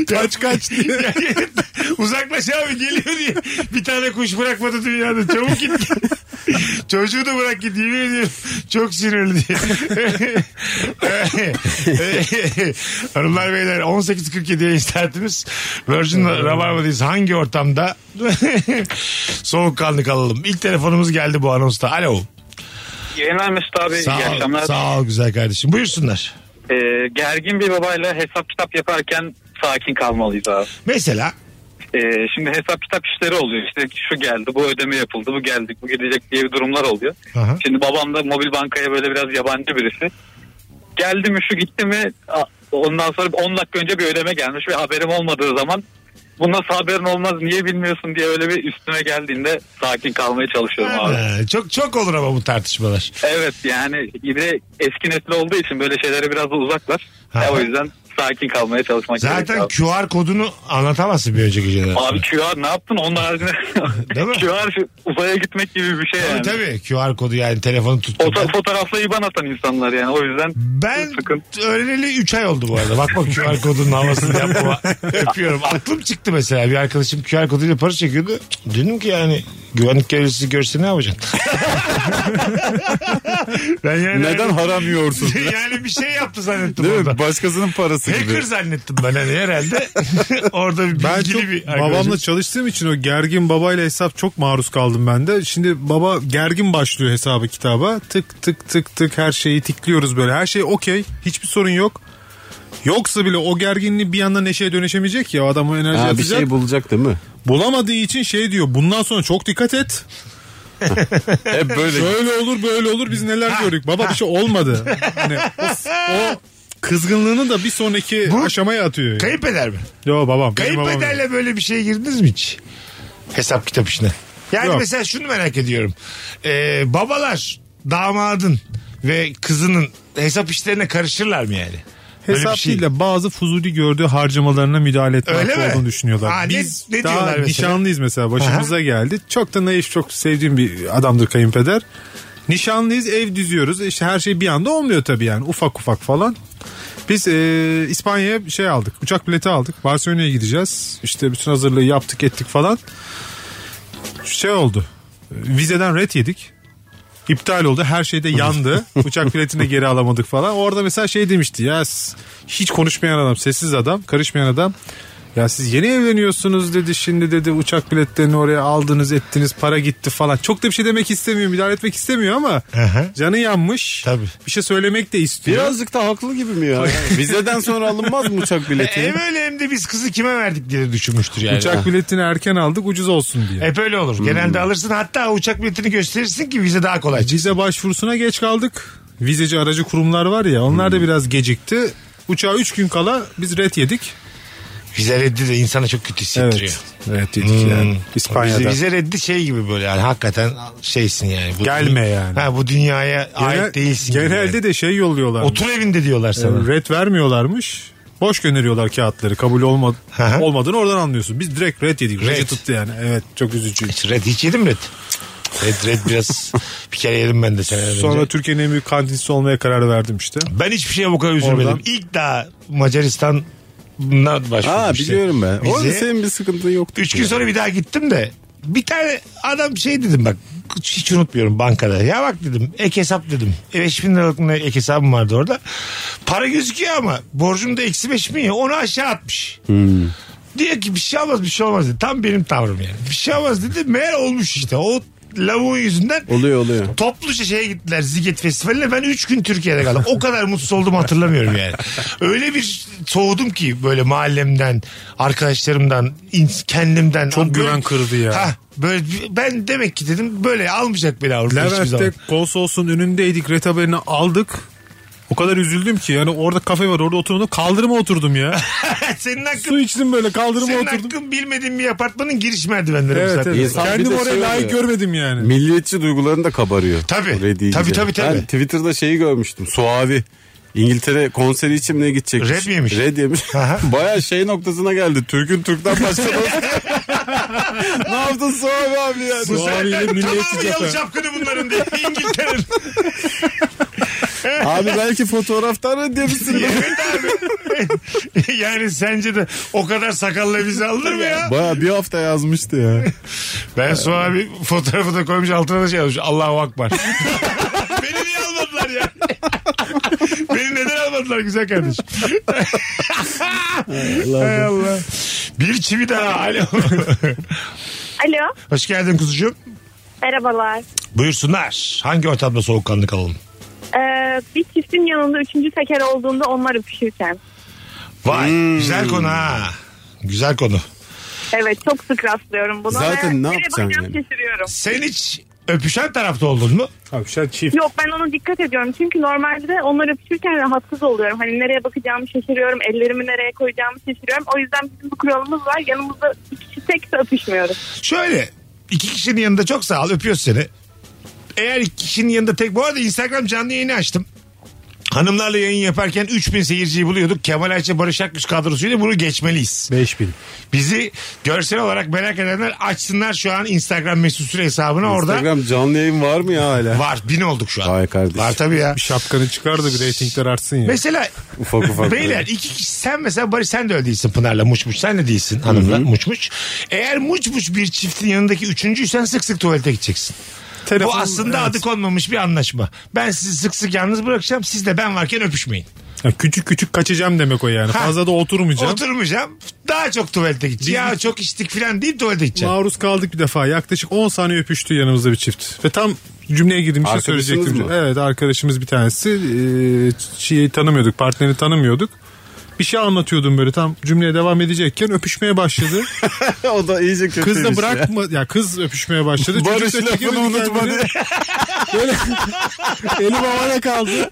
Speaker 3: Kaç kaç diye.
Speaker 1: Yani Uzaklaş abi geliyor diye. Bir tane kuş bırakmadı dünyada. Çabuk git. Çocuğu da bırak git. Yemin ediyorum. Çok sinirli diye. Hanımlar beyler 18.47'ye istertimiz. Virgin
Speaker 3: Ee.
Speaker 1: Rabarba'dayız. Hangi ortamda soğukkanlı kalalım? İlk telefonumuz geldi bu anonsta. Alo.
Speaker 7: Yayınlar Mesut abi.
Speaker 1: Sağ
Speaker 7: iyi
Speaker 1: ol,
Speaker 7: akşamlar.
Speaker 1: sağ ol güzel kardeşim. Buyursunlar.
Speaker 7: Ee, gergin bir babayla hesap kitap yaparken sakin kalmalıyız abi.
Speaker 1: Mesela
Speaker 7: Ee, şimdi hesap kitap işleri oluyor. İşte şu geldi, bu ödeme yapıldı, bu geldik, bu gidecek diye bir durumlar oluyor.
Speaker 1: Aha.
Speaker 7: Şimdi babam da mobil bankaya böyle biraz yabancı birisi. Geldi mi şu gitti mi a- ondan sonra 10 dakika önce bir ödeme gelmiş ve haberim olmadığı zaman bu nasıl haberin olmaz niye bilmiyorsun diye öyle bir üstüme geldiğinde sakin kalmaya çalışıyorum abi.
Speaker 1: Ha, e, çok çok olur ama bu tartışmalar.
Speaker 7: Evet yani bir de eski nesil olduğu için böyle şeylere biraz da uzaklar.
Speaker 1: Ha.
Speaker 7: O yüzden sakin kalmaya çalışmak gerekiyor.
Speaker 1: Zaten
Speaker 7: abi.
Speaker 1: QR kodunu anlatamazsın bir önceki jenerasyona.
Speaker 7: Abi QR ne yaptın onun haricinde?
Speaker 1: Değil mi?
Speaker 7: QR şu uzaya gitmek gibi bir şey
Speaker 1: Tabii
Speaker 7: yani.
Speaker 1: tabii QR kodu yani telefonu tuttum.
Speaker 7: Foto- fotoğrafla iban atan insanlar yani o yüzden.
Speaker 1: Ben
Speaker 7: Sıkıntı.
Speaker 1: öğreneli 3 ay oldu bu arada. Bakma QR kodunun havasını yapma. Öpüyorum. Aklım çıktı mesela. Bir arkadaşım QR koduyla para çekiyordu. Dedim ki yani güvenlik görevlisi görse ne yapacaksın? ben yani
Speaker 2: Neden haram yiyorsun?
Speaker 1: yani bir şey yaptı zannettim
Speaker 2: Değil mi?
Speaker 1: orada.
Speaker 2: Başkasının parası
Speaker 1: Hacker
Speaker 2: gibi.
Speaker 1: zannettim ben hani herhalde. orada bir
Speaker 3: Ben
Speaker 1: bilgili
Speaker 3: çok
Speaker 1: bir
Speaker 3: babamla çalıştığım için o gergin babayla hesap çok maruz kaldım ben de. Şimdi baba gergin başlıyor hesabı kitaba. Tık tık tık tık her şeyi tikliyoruz böyle. Her şey okey. Hiçbir sorun yok. Yoksa bile o gerginliği bir anda neşeye dönüşemeyecek ya. Adam o enerji
Speaker 2: Ha, bir
Speaker 3: atacak.
Speaker 2: şey bulacak değil mi?
Speaker 3: Bulamadığı için şey diyor. Bundan sonra çok dikkat et.
Speaker 2: Hep böyle.
Speaker 3: Şöyle olur böyle olur biz neler gördük. Baba bir şey olmadı. Hani o, o kızgınlığını da bir sonraki
Speaker 1: Bu-
Speaker 3: aşamaya atıyor. yani.
Speaker 1: Kayıp eder mi?
Speaker 3: Yo babam. benim babam yok.
Speaker 1: Kayınpederle böyle bir şeye girdiniz mi hiç? Hesap kitap işine. Yani
Speaker 3: Yok.
Speaker 1: mesela şunu merak ediyorum. Ee, babalar, damadın ve kızının hesap işlerine karışırlar mı yani? Böyle
Speaker 3: Hesap
Speaker 1: bir şey.
Speaker 3: değil de bazı fuzuli gördüğü harcamalarına müdahale etme
Speaker 1: Öyle
Speaker 3: hakkı
Speaker 1: mi?
Speaker 3: olduğunu düşünüyorlar.
Speaker 1: Aa, ne-
Speaker 3: Biz
Speaker 1: ne
Speaker 3: daha
Speaker 1: diyorlar mesela?
Speaker 3: nişanlıyız mesela başımıza geldi. Çok da naif çok sevdiğim bir adamdır kayınpeder. Nişanlıyız ev düzüyoruz işte her şey bir anda olmuyor tabii yani ufak ufak falan. Biz e, İspanya'ya şey aldık uçak bileti aldık Barcelona'ya gideceğiz işte bütün hazırlığı yaptık ettik falan. Şey oldu e, vizeden ret yedik. İptal oldu. Her şeyde yandı. Uçak biletini geri alamadık falan. Orada mesela şey demişti ya s- hiç konuşmayan adam, sessiz adam, karışmayan adam. Ya siz yeni evleniyorsunuz dedi şimdi dedi uçak biletlerini oraya aldınız ettiniz para gitti falan. Çok da bir şey demek istemiyor müdahale etmek istemiyor ama
Speaker 1: Aha.
Speaker 3: canı yanmış.
Speaker 1: Tabii.
Speaker 3: Bir şey söylemek de istiyor.
Speaker 2: Birazcık da haklı gibi mi ya? Vizeden sonra alınmaz mı uçak bileti?
Speaker 1: Hem öyle hem de biz kızı kime verdik diye düşünmüştür yani.
Speaker 3: Uçak Hmm. biletini erken aldık ucuz olsun diye.
Speaker 1: Hep öyle olur. Genelde alırsın hatta uçak biletini gösterirsin ki vize daha kolay. çıksın.
Speaker 3: Vize başvurusuna geç kaldık. Vizeci aracı kurumlar var ya onlar da biraz gecikti. Uçağa 3 gün kala biz ret yedik.
Speaker 1: Vize reddi de insana çok kötü hissettiriyor.
Speaker 3: Evet. Evet yedik
Speaker 1: Hmm.
Speaker 3: yani. İspanya'da.
Speaker 1: Vize, vize reddi şey gibi böyle yani hakikaten şeysin yani. Bu
Speaker 3: Gelme yani.
Speaker 1: Ha, bu dünyaya
Speaker 3: Genel-
Speaker 1: ait değilsin. gibi
Speaker 3: Genelde
Speaker 1: yani.
Speaker 3: de şey yolluyorlar.
Speaker 1: Otur evinde diyorlar sana.
Speaker 3: Red vermiyorlarmış. Boş gönderiyorlar kağıtları. Kabul olma,
Speaker 1: Hı hı.
Speaker 3: olmadığını oradan anlıyorsun. Biz direkt red yedik.
Speaker 1: Red.
Speaker 3: Red'i tuttu yani. Evet çok üzücü.
Speaker 1: Hiç red hiç yedim red. Red red biraz bir kere yedim ben de seneler önce.
Speaker 3: Sonra Türkiye'nin en büyük kantinisi olmaya karar verdim işte.
Speaker 1: Ben hiçbir şeye bu kadar üzülmedim.
Speaker 3: Oradan-
Speaker 1: İlk daha Macaristan bundan başvurdum
Speaker 2: Aa
Speaker 3: şey.
Speaker 1: işte.
Speaker 2: biliyorum ben. Orada
Speaker 1: Vize.
Speaker 2: senin bir sıkıntın yoktu.
Speaker 1: Üç gün sonra bir daha gittim de bir tane adam şey dedim bak hiç unutmuyorum bankada. Ya bak dedim ek hesap dedim. E, 5000 liralık mı ne ek hesabım vardı orada. Para gözüküyor ama borcum da eksi 5 mi ya onu aşağı atmış.
Speaker 2: Hmm.
Speaker 1: Diyor ki bir şey olmaz bir şey olmaz dedi. Tam benim tavrım yani. Bir şey olmaz dedi meğer olmuş işte o lavuğun yüzünden.
Speaker 2: Oluyor oluyor.
Speaker 1: Topluca şey, şeye gittiler Ziget Festivali'ne ben 3 gün Türkiye'de kaldım. O kadar mutsuz olduğumu hatırlamıyorum yani. Öyle bir soğudum ki böyle mahallemden, arkadaşlarımdan, ins- kendimden.
Speaker 3: Çok
Speaker 1: Böyle-
Speaker 3: güven kırdı ya.
Speaker 1: Hah, böyle ben demek ki dedim böyle almayacak beni Avrupa hiçbir zaman.
Speaker 3: Levent'te konsolosun önündeydik. Red haberini aldık. O kadar üzüldüm ki yani orada kafe var orada oturdum kaldırıma oturdum ya.
Speaker 1: senin
Speaker 3: Su
Speaker 1: hakkın,
Speaker 3: içtim böyle kaldırıma
Speaker 1: senin
Speaker 3: oturdum.
Speaker 1: hakkın bilmediğin bir apartmanın giriş merdivenleri. bu
Speaker 3: Evet,
Speaker 1: zaten.
Speaker 3: evet.
Speaker 2: İnsan bir
Speaker 3: Kendim
Speaker 2: de
Speaker 3: oraya
Speaker 2: şey
Speaker 3: layık
Speaker 2: oluyor.
Speaker 3: görmedim yani.
Speaker 2: Milliyetçi duyguların da kabarıyor.
Speaker 1: Tabii.
Speaker 2: Orayı deyince.
Speaker 1: Tabii, tabii, tabii.
Speaker 2: Ben Twitter'da şeyi görmüştüm. Suavi. İngiltere konseri için ne gidecekmiş?
Speaker 1: Red mi yemiş?
Speaker 2: Red yemiş.
Speaker 1: Aha.
Speaker 2: Baya şey noktasına geldi. Türk'ün Türk'ten başka Ne yaptın Suavi abi yani?
Speaker 1: Bu
Speaker 3: Suavi'yle
Speaker 1: senden
Speaker 3: milliyetçi
Speaker 1: tamamı yalı
Speaker 3: cephe.
Speaker 1: şapkını bunların diye İngiltere'nin.
Speaker 2: Abi belki fotoğraftan red yemişsin.
Speaker 1: Evet abi. yani sence de o kadar sakalla vize alınır mı ya?
Speaker 2: Baya bir hafta yazmıştı ya.
Speaker 1: Ben Su abi fotoğrafı da koymuş altına da şey yazmış. Allahu Akbar. Beni niye almadılar ya? Beni neden almadılar güzel kardeşim? Hay Allah. Bir çivi daha. Alo.
Speaker 9: Alo.
Speaker 1: Hoş geldin kuzucuğum.
Speaker 9: Merhabalar.
Speaker 1: Buyursunlar. Hangi ortamda soğukkanlı kalalım?
Speaker 9: Ee, bir çiftin yanında üçüncü teker olduğunda onlar öpüşürken.
Speaker 1: Vay güzel konu ha. Güzel konu.
Speaker 9: Evet çok sık rastlıyorum buna.
Speaker 2: Zaten
Speaker 9: ve
Speaker 2: ne
Speaker 9: nereye
Speaker 2: yapacaksın
Speaker 9: bakacağım
Speaker 2: yani?
Speaker 9: şaşırıyorum.
Speaker 1: Sen hiç öpüşen tarafta oldun mu?
Speaker 3: Abi şu an çift.
Speaker 9: Yok ben ona dikkat ediyorum. Çünkü normalde onlar öpüşürken rahatsız oluyorum. Hani nereye bakacağımı şaşırıyorum. Ellerimi nereye koyacağımı şaşırıyorum. O yüzden bizim bu kuralımız var. Yanımızda iki kişi tekse öpüşmüyoruz.
Speaker 1: Şöyle iki kişinin yanında çok sağ ol öpüyoruz seni. Eğer iki kişinin yanında tek... Bu arada Instagram canlı yayını açtım. Hanımlarla yayın yaparken 3000 seyirciyi buluyorduk. Kemal Ayça Barış Akgüs kadrosuyla bunu geçmeliyiz.
Speaker 3: 5000.
Speaker 1: Bizi görsel olarak merak edenler açsınlar şu an Instagram mesut süre hesabını orada.
Speaker 2: Instagram canlı yayın var mı ya hala?
Speaker 1: Var bin olduk şu an.
Speaker 2: Vay kardeşim. şey
Speaker 1: Var tabii ya.
Speaker 3: Bir şapkanı çıkar da bir reytingler artsın ya.
Speaker 1: Mesela
Speaker 2: Ufak ufak.
Speaker 1: Beyler iki kişi sen mesela Barış sen de öyle değilsin Pınar'la muç muç sen de değilsin hanımla muç muç. Eğer muç muç bir çiftin yanındaki üçüncüysen sık sık tuvalete gideceksin.
Speaker 3: Telefon-
Speaker 1: Bu aslında
Speaker 3: Evet.
Speaker 1: adı konmamış bir anlaşma. Ben sizi sık sık yalnız bırakacağım siz de ben varken öpüşmeyin.
Speaker 3: Ya küçük küçük kaçacağım demek o yani.
Speaker 1: Ha.
Speaker 3: Fazla da oturmayacağım.
Speaker 1: Oturmayacağım daha çok tuvalete gideceğim. Ya çok içtik falan deyip tuvalete gideceğim.
Speaker 3: Maruz kaldık bir defa. Yaklaşık 10 saniye öpüştü yanımızda bir çift. Ve tam cümleye girdim bir şey
Speaker 2: Arkadaşınız
Speaker 3: söyleyecektim.
Speaker 2: mı?
Speaker 3: Ee, Evet arkadaşımız bir tanesi. e, şeyi tanımıyorduk. Partnerini tanımıyorduk. Bir şey anlatıyordum böyle tam cümleye devam edecekken öpüşmeye başladı.
Speaker 2: o da iyice kötüymüş
Speaker 3: Kız da
Speaker 2: ya.
Speaker 3: bırakma ya. kız öpüşmeye başladı. Çocuk
Speaker 2: Barış
Speaker 3: da
Speaker 2: lafını
Speaker 3: çekemedi
Speaker 2: unutma
Speaker 3: kendini.
Speaker 2: diye.
Speaker 3: Böyle elim havada kaldı.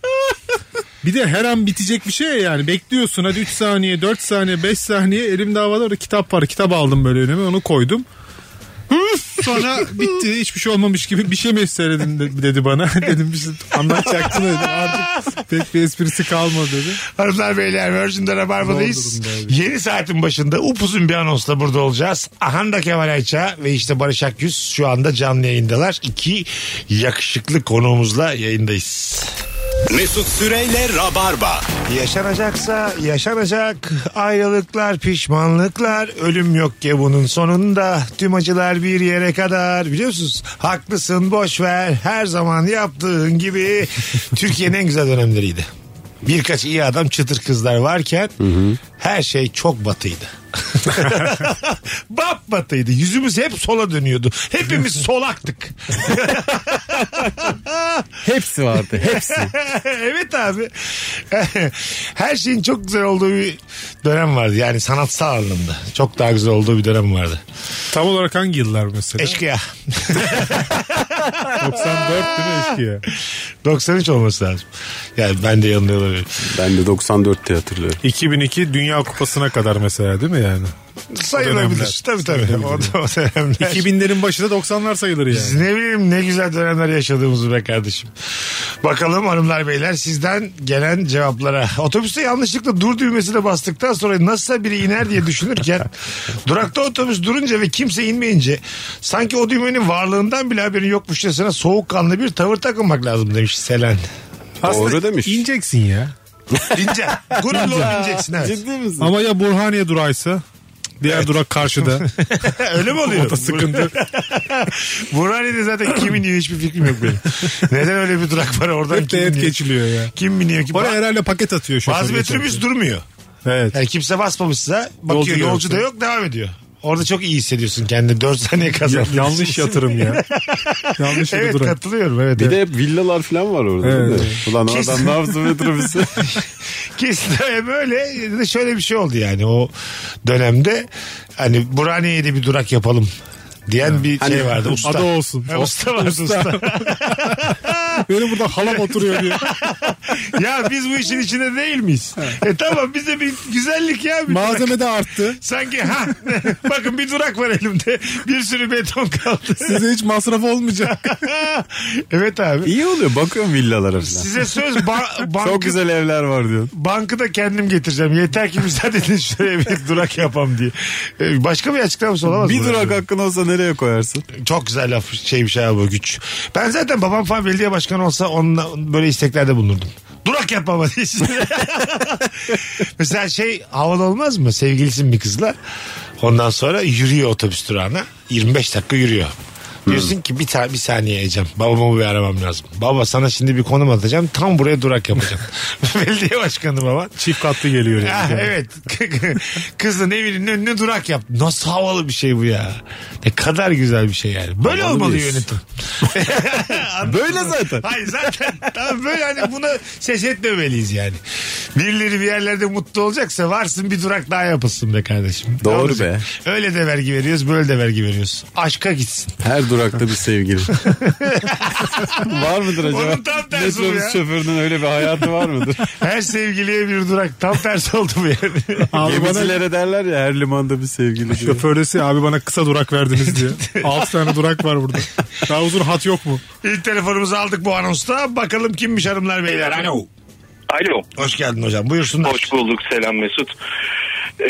Speaker 3: Bir de her an bitecek bir şey ya yani. Bekliyorsun hadi 3 saniye, 4 saniye, 5 saniye. Elimde havada orada kitap var. Kitap aldım böyle önüme onu koydum. Sonra bitti hiçbir şey olmamış gibi bir şey mi seyredin de- dedi bana. dedim bir şey anlatacaktın dedim. Artık pek bir esprisi kalmadı dedi.
Speaker 1: Hanımlar beyler Virgin'de Rabarba'dayız. Yeni saatin başında upuzun bir anonsla burada olacağız. Ahanda Kemal Ayça ve işte Barış Akyüz şu anda canlı yayındalar. İki yakışıklı konuğumuzla yayındayız.
Speaker 8: Mesut Süreyle Rabarba.
Speaker 1: Yaşanacaksa yaşanacak ayrılıklar, pişmanlıklar, ölüm yok ki bunun sonunda. Tüm acılar bir yere kadar biliyorsunuz. Haklısın boş ver her zaman yaptığın gibi Türkiye'nin en güzel dönemleriydi. Birkaç iyi adam çıtır kızlar varken her şey çok batıydı. Bap batıydı. Yüzümüz hep sola dönüyordu. Hepimiz solaktık.
Speaker 2: Hepsi vardı hepsi.
Speaker 1: evet abi. Her şeyin çok güzel olduğu bir dönem vardı. Yani sanatsal anlamda. Çok daha güzel olduğu bir dönem vardı.
Speaker 3: Tam olarak hangi yıllar mesela?
Speaker 1: Eşkıya.
Speaker 3: 94 değil mi eşkıya?
Speaker 1: 93 olması lazım. Yani ben de yanılıyor olabilirim.
Speaker 2: ben de 94'te hatırlıyorum.
Speaker 3: 2002 Dünya Kupası'na kadar mesela değil mi yani?
Speaker 1: Sayılabilir.
Speaker 3: dönemler.
Speaker 1: Tabii tabii. O, da- o dönemler.
Speaker 3: 2000'lerin başı da 90'lar sayılır yani.
Speaker 1: Biz ne bileyim ne güzel dönemler yaşadığımızı be kardeşim. Bakalım hanımlar beyler sizden gelen cevaplara. Otobüste yanlışlıkla dur düğmesine bastıktan sonra nasılsa biri iner diye düşünürken durakta otobüs durunca ve kimse inmeyince sanki o düğmenin varlığından bile haberin yokmuşçasına soğukkanlı bir tavır takınmak lazım demiş Selen.
Speaker 2: Doğru demiş.
Speaker 3: İneceksin ya.
Speaker 1: İnce. Gururlu ol, ineceksin evet.
Speaker 2: Ciddi misin?
Speaker 3: Ama ya Burhaniye duraysa? Diğer durak karşıda.
Speaker 1: Öyle mi oluyor?
Speaker 3: O da sıkıntı.
Speaker 1: Burhaniye'de zaten kim iniyor hiçbir fikrim yok benim. Neden öyle bir durak var oradan
Speaker 3: Hep
Speaker 1: kim
Speaker 3: de
Speaker 1: iniyor?
Speaker 3: et geçiliyor ya.
Speaker 1: Kim biniyor ki?
Speaker 3: Oraya herhalde paket atıyor şoför.
Speaker 1: Bazı
Speaker 3: geçerken.
Speaker 1: metrobüs durmuyor.
Speaker 3: Evet.
Speaker 1: Yani kimse basmamışsa bakıyor
Speaker 3: Yolcu da
Speaker 1: yolcu, da yok devam ediyor. Orada çok iyi hissediyorsun kendini. 4 saniye
Speaker 3: Ya-
Speaker 1: kazandın.
Speaker 3: yanlış yatırım ya. yanlış bir
Speaker 1: evet
Speaker 3: durak.
Speaker 1: katılıyorum. Evet,
Speaker 2: Bir
Speaker 1: evet.
Speaker 2: de hep villalar falan var orada
Speaker 3: Evet.
Speaker 2: değil mi? Ulan
Speaker 1: Kesin.
Speaker 2: adam ne yaptı metrobüsü?
Speaker 1: Kesin böyle de şöyle bir şey oldu yani o dönemde hani Burhaniye'ye de bir durak yapalım diyen bir şey vardı usta.
Speaker 3: Adı olsun.
Speaker 1: Ha, usta vardı usta.
Speaker 3: Benim burada halam oturuyor diye.
Speaker 1: ya biz bu işin içinde değil miyiz? e tamam bize bir güzellik ya. Bir durak.
Speaker 3: Malzeme de arttı.
Speaker 1: Sanki ha bakın bir durak var elimde. Bir sürü beton kaldı.
Speaker 3: Size hiç masraf olmayacak.
Speaker 1: evet abi.
Speaker 2: İyi oluyor bakıyorum villalara falan.
Speaker 1: Size söz ba- bankı,
Speaker 2: Çok güzel evler var diyor.
Speaker 1: bankı da kendim getireceğim. Yeter ki müsaade edin şuraya bir durak yapam diye. Ee, Başka bir açıklaması olamaz
Speaker 2: Bir
Speaker 1: mı?
Speaker 2: durak hakkın olsa nereye koyarsın?
Speaker 1: Çok güzel laf şeymiş abi bu güç. Ben zaten babam falan belediye başkanı olsa onunla böyle isteklerde bulunurdum. Durak yap baba diye. Mesela şey havalı olmaz mı? Sevgilisin bir kızla. Ondan sonra yürüyor otobüs durağına. 25 dakika yürüyor. Diyorsun ki bir, ta- bir saniye Ecem. Babamı bir aramam lazım. Baba sana şimdi bir konum atacağım. Tam buraya durak yapacağım. Belediye başkanı baban.
Speaker 3: Çift katlı geliyor
Speaker 1: Ah,
Speaker 3: yani.
Speaker 1: evet. Kızın evinin önüne durak yap. Nasıl havalı bir şey bu ya. Ne kadar güzel bir şey yani. Böyle
Speaker 2: Havalı
Speaker 1: olmalı
Speaker 2: mıyız?
Speaker 1: yönetim.
Speaker 2: Böyle zaten.
Speaker 1: Hayır zaten tamam böyle hani buna ses etmemeliyiz yani. Birileri bir yerlerde mutlu olacaksa varsın bir durak daha yapılsın be kardeşim. Ne
Speaker 2: Doğru
Speaker 1: olacak?
Speaker 2: be.
Speaker 1: Öyle de vergi veriyoruz böyle de vergi veriyoruz. Aşka gitsin.
Speaker 2: Her durakta bir sevgili. var mıdır acaba?
Speaker 1: Onun tam tersi bu ya.
Speaker 2: Metrobüs şoförünün öyle bir hayatı var mıdır?
Speaker 1: Her sevgiliye bir durak. Tam tersi oldu bu yani.
Speaker 3: Abi bana
Speaker 2: Gemicilere derler ya her limanda bir sevgili. diye.
Speaker 3: şoförlesi abi bana kısa durak verdiniz diye. 6 tane durak var burada. Daha uzun hat yok mu?
Speaker 1: İlk telefonumuzu aldık bu anonsta. Bakalım kimmiş hanımlar beyler. Alo.
Speaker 6: Alo.
Speaker 1: Hoş geldin hocam. Buyursunlar.
Speaker 6: Hoş bulduk selam Mesut. Ee,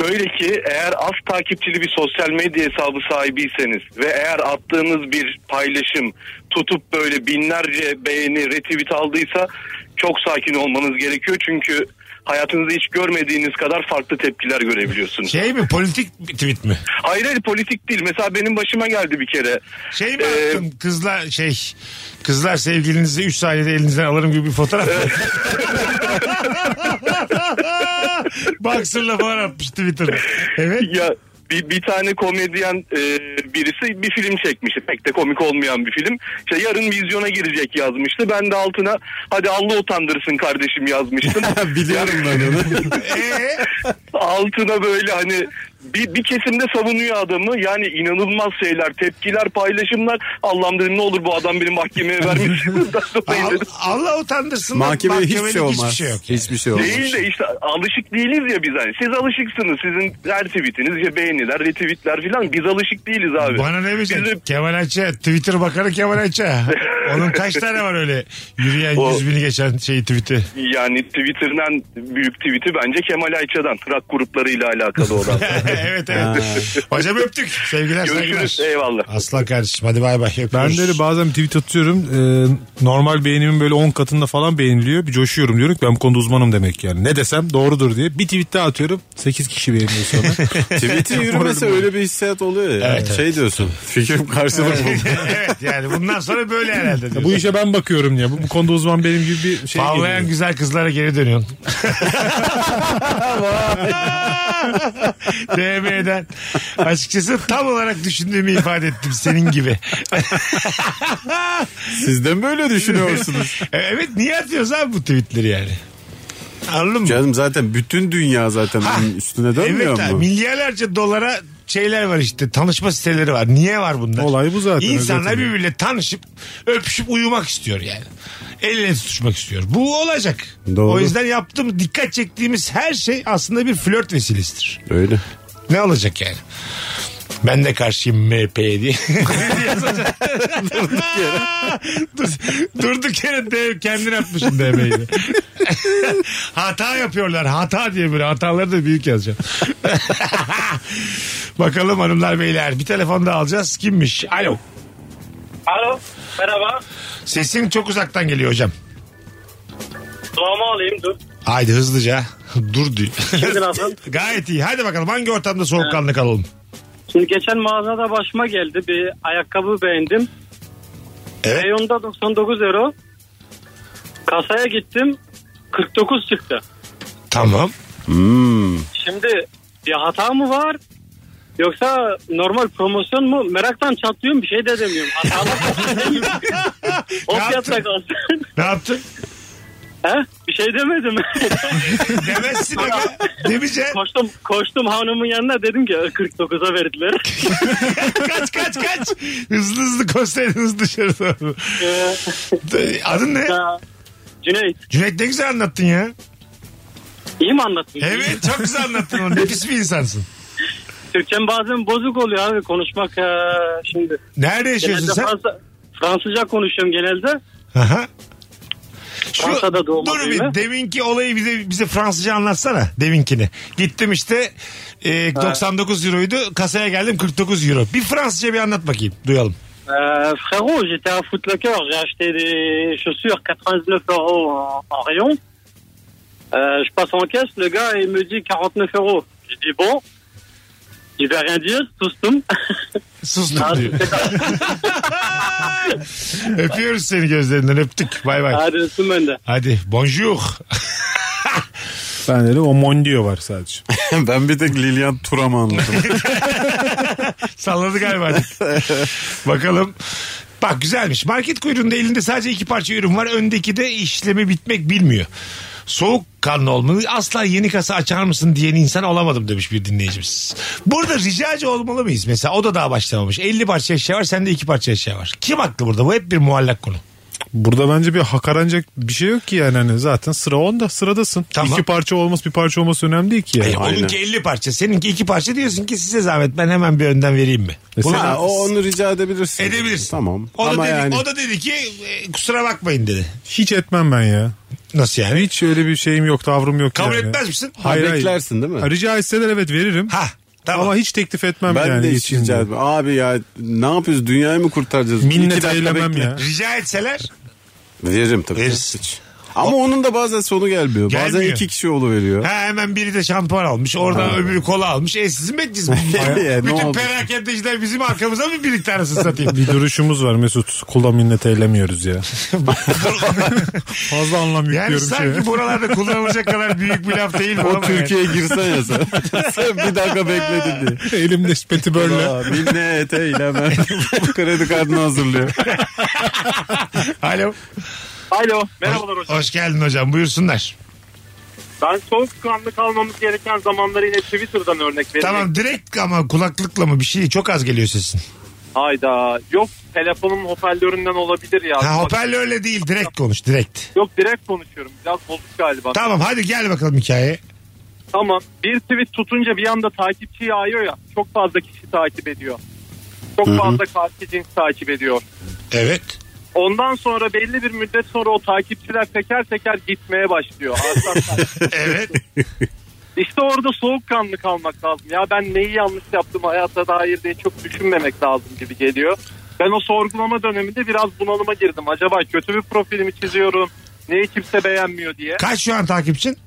Speaker 6: şöyle ki eğer az takipçili bir sosyal medya hesabı sahibiyseniz ve eğer attığınız bir paylaşım tutup böyle binlerce beğeni retweet aldıysa çok sakin olmanız gerekiyor çünkü hayatınızda hiç görmediğiniz kadar farklı tepkiler görebiliyorsunuz.
Speaker 1: Şey mi politik bir tweet mi?
Speaker 6: Hayır hayır politik değil mesela benim başıma geldi bir kere.
Speaker 1: Şey mi
Speaker 6: Ee,
Speaker 1: attın kızlar şey kızlar sevgilinizi 3 saniyede elinizden alırım gibi bir fotoğraf mı? Boxer'la falan atmış Twitter'da. Evet.
Speaker 6: Ya bir, bir tane komedyen e, birisi bir film çekmişti. Pek de komik olmayan bir film. İşte yarın vizyona girecek yazmıştı. Ben de altına hadi Allah utandırsın kardeşim yazmıştım.
Speaker 2: Biliyorum ben onu.
Speaker 1: Ee,
Speaker 6: altına böyle hani bir, bir kesimde savunuyor adamı. Yani inanılmaz şeyler, tepkiler, paylaşımlar. Allah'ım dedim ne olur bu adam beni mahkemeye vermesin.
Speaker 1: Al- Allah utandırsın. lan.
Speaker 2: Mahkemeye hiçbir
Speaker 1: Mahkemelik
Speaker 2: şey olmaz.
Speaker 1: Hiçbir şey yok.
Speaker 2: Hiçbir şey olmaz.
Speaker 6: Değil de işte alışık değiliz ya biz hani. Siz alışıksınız. Sizin her tweetiniz işte beğeniler, retweetler filan. Biz alışık değiliz abi.
Speaker 1: Bana ne bilecek?
Speaker 6: Bizim-
Speaker 1: Kemal Ayça. Twitter bakanı Kemal Ayça. Onun kaç tane var öyle yürüyen
Speaker 6: O-
Speaker 1: yüz bini geçen şeyi tweet'i.
Speaker 6: Yani Twitter'dan büyük tweet'i bence Kemal Ayça'dan. Trak gruplarıyla alakalı olan.
Speaker 1: evet evet. Hocam öptük. Sevgiler
Speaker 6: Görüşürüz.
Speaker 1: saygılar.
Speaker 6: Eyvallah.
Speaker 1: Aslan kardeşim hadi bay bay.
Speaker 3: Ben
Speaker 1: Öpüyoruz.
Speaker 3: de öyle bazen tweet atıyorum. e, normal beğenimin böyle 10 katında falan beğeniliyor. Bir coşuyorum diyorum ki ben bu konuda uzmanım demek yani. Ne desem doğrudur diye. Bir tweet daha atıyorum. 8 kişi beğeniyor sonra.
Speaker 2: Tweet'in yürümesi öyle bir hissiyat oluyor ya. şey diyorsun. Fikrim karşılık buldu.
Speaker 1: evet yani bundan sonra böyle herhalde.
Speaker 3: Ya bu işe ben bakıyorum ya. Bu, bu konuda uzman benim gibi bir şey
Speaker 1: Pavlayan
Speaker 3: geliyor.
Speaker 1: güzel kızlara geri dönüyorsun. DM'den. Açıkçası tam olarak düşündüğümü ifade ettim senin gibi.
Speaker 2: Siz de mi böyle düşünüyorsunuz?
Speaker 1: evet niye atıyoruz abi bu tweetleri yani? Anladın mı?
Speaker 2: Canım zaten bütün dünya zaten bunun üstüne dönmüyor
Speaker 1: evet abi,
Speaker 2: mu?
Speaker 1: milyarlarca dolara şeyler var işte tanışma siteleri var. Niye var bunlar?
Speaker 3: Olay bu zaten,
Speaker 1: İnsanlar
Speaker 3: özetle.
Speaker 1: birbiriyle tanışıp öpüşüp uyumak istiyor yani. El ele tutuşmak istiyor. Bu olacak.
Speaker 2: Doğru.
Speaker 1: O yüzden yaptığımız dikkat çektiğimiz her şey aslında bir flört vesilesidir.
Speaker 2: Öyle.
Speaker 1: Ne olacak yani? Ben de karşıyım MHP'ye diye. Yazacak. Dur, durduk yere de, kendin atmışsın DM'yi. de. hata yapıyorlar. Hata diye böyle. Hataları da büyük yazacağım. Bakalım hanımlar beyler. Bir telefon daha alacağız. Kimmiş? Alo.
Speaker 5: Alo merhaba.
Speaker 1: Sesin çok uzaktan geliyor hocam.
Speaker 5: Kulağıma alayım dur.
Speaker 1: Haydi hızlıca. Dur diyor.
Speaker 5: Şimdi nasıl?
Speaker 1: Gayet iyi. Hadi bakalım hangi ortamda soğukkanlı kalalım?
Speaker 5: Şimdi geçen mağazada başıma geldi bir ayakkabı beğendim.
Speaker 1: Evet.
Speaker 5: Reyonda 99 euro. Kasaya gittim 49 çıktı.
Speaker 1: Tamam.
Speaker 5: Şimdi bir hata mı var? Yoksa normal promosyon mu? Meraktan çatlıyorum bir şey de demiyorum. Hatalı o
Speaker 1: Ne yaptın?
Speaker 5: fiyatta kalsın.
Speaker 1: Ne yaptın?
Speaker 5: He? Bir şey demedim.
Speaker 1: Demezsin ama. Demeyeceksin.
Speaker 5: koştum koştum hanımın yanına dedim ki 49'a verdiler.
Speaker 1: kaç kaç kaç. Hızlı hızlı koşsaydınız dışarı doğru.
Speaker 5: Ee,
Speaker 1: Adın ne?
Speaker 5: ya, Cüneyt
Speaker 1: Cüneyt ne güzel anlattın ya.
Speaker 5: iyi mi anlattın?
Speaker 1: Evet çok güzel anlattın onu. Nefis bir insansın.
Speaker 5: Türkçem bazen bozuk oluyor abi konuşmak ee, şimdi.
Speaker 1: Nerede yaşıyorsun
Speaker 5: Genelde
Speaker 1: sen?
Speaker 5: Fransa- Fransızca konuşuyorum genelde.
Speaker 1: Aha. Şu,
Speaker 5: Fransa'da doğma
Speaker 1: dur bir
Speaker 5: büyüme.
Speaker 1: deminki olayı bize, bize Fransızca anlatsana deminkini. Gittim işte e, 99 euroydu kasaya geldim 49 euro. Bir Fransızca bir anlat bakayım duyalım.
Speaker 5: Euh, frérot, j'étais à Foot Locker, j'ai acheté des chaussures 89 euros en, en rayon. Euh, je passe en caisse, le gars il me dit 49 euros. Je dis bon, il va rien dire, Ah, sustum.
Speaker 1: Sustum diyor. Öpüyoruz seni gözlerinden öptük. Bay bay.
Speaker 5: Adresim önde.
Speaker 1: Hadi bonjour.
Speaker 3: Ben de o Mondio var sadece.
Speaker 2: ben bir tek Lilian Turam anladım.
Speaker 1: Salladı galiba. Bakalım. Bak güzelmiş. Market kuyruğunda elinde sadece iki parça ürün var. Öndeki de işlemi bitmek bilmiyor. Soğuk kanlı olmalı. Asla yeni kasa açar mısın diyen insan olamadım demiş bir dinleyicimiz. Burada ricacı olmalı mıyız? Mesela o da daha başlamamış. 50 parça eşya var sende iki parça eşya var. Kim haklı burada? Bu hep bir muallak konu.
Speaker 3: Burada bence bir hakaranacak bir şey yok ki yani. Hani zaten sıra onda sıradasın.
Speaker 1: Tamam.
Speaker 3: İki parça olması bir parça olması önemli değil ki. Yani.
Speaker 1: E, onunki 50 parça seninki iki parça diyorsun ki size zahmet ben hemen bir önden vereyim mi?
Speaker 2: Ha,
Speaker 1: Buna-
Speaker 2: o onu rica edebilirsin.
Speaker 1: Edebilirsin.
Speaker 2: Tamam.
Speaker 1: O da,
Speaker 2: Ama
Speaker 1: dedi,
Speaker 2: yani
Speaker 1: o da dedi ki e, kusura bakmayın dedi.
Speaker 3: Hiç etmem ben ya.
Speaker 1: Nasıl yani?
Speaker 3: Hiç öyle bir şeyim yok tavrım yok
Speaker 1: Kabul
Speaker 3: yani.
Speaker 1: etmez misin?
Speaker 3: Hayır, hayır.
Speaker 2: beklersin değil mi?
Speaker 3: Ha, Rica etseler evet veririm.
Speaker 1: Ha tamam.
Speaker 3: Ama hiç teklif etmem
Speaker 2: ben
Speaker 3: yani.
Speaker 2: de hiç
Speaker 3: içinde.
Speaker 2: rica etmem. Abi ya ne yapıyoruz dünyayı mı kurtaracağız? İki
Speaker 3: Minnet
Speaker 2: dakika
Speaker 3: eylemem
Speaker 2: bekle.
Speaker 3: ya.
Speaker 1: Rica etseler
Speaker 2: Veririm tabii.
Speaker 1: Verirsin.
Speaker 2: Hiç. Ama onun da bazen sonu gelmiyor. Bazen
Speaker 1: Gelmiyor.
Speaker 2: iki kişi oluveriyor.
Speaker 1: Ha hemen biri de şampuan almış. Oradan öbürü kola almış. E siz mi ettiniz?
Speaker 2: Ya, ne
Speaker 1: Bütün
Speaker 2: oldu?
Speaker 1: perakendeciler bizim arkamıza mı birlikte arasını satayım?
Speaker 3: Bir duruşumuz var Mesut. Kula minnet eylemiyoruz ya. Fazla anlam yüklüyorum
Speaker 1: Yani
Speaker 3: şeye.
Speaker 1: sanki buralarda kullanılacak kadar büyük bir laf değil bu.
Speaker 2: O
Speaker 1: ama yani.
Speaker 2: Türkiye'ye girsen ya sen. sen bir dakika bekledin diye.
Speaker 3: Elimde petibörle.
Speaker 2: Aa, Minnet eyleme. Kredi kartını hazırlıyor.
Speaker 1: Alo.
Speaker 7: Alo merhabalar hocam.
Speaker 1: Hoş geldin hocam. Buyursunlar.
Speaker 7: Ben soğukkanlı kalmamız gereken zamanları yine Twitter'dan örnek vereyim.
Speaker 1: Tamam direkt ama kulaklıkla mı bir şey çok az geliyor sesin.
Speaker 7: Hayda. Yok telefonum hoparlöründen olabilir ya.
Speaker 1: Ha hoparlörle değil direkt konuş direkt.
Speaker 7: Yok direkt konuşuyorum. Biraz bozuk galiba.
Speaker 1: Tamam hadi gel bakalım hikayeye.
Speaker 7: Tamam. Bir tweet tutunca bir anda takipçi yağıyor ya. Çok fazla kişi takip ediyor. Çok fazla karşı cins takip ediyor.
Speaker 1: Evet.
Speaker 7: Ondan sonra belli bir müddet sonra o takipçiler teker teker gitmeye başlıyor. Artan-
Speaker 1: Evet.
Speaker 7: işte orada soğukkanlı kalmak lazım. Ya ben neyi yanlış yaptım hayata dair diye çok düşünmemek lazım gibi geliyor. Ben o sorgulama döneminde biraz bunalıma girdim. Acaba kötü bir profilimi çiziyorum. Neyi kimse beğenmiyor diye.
Speaker 1: Kaç şu an takipçin?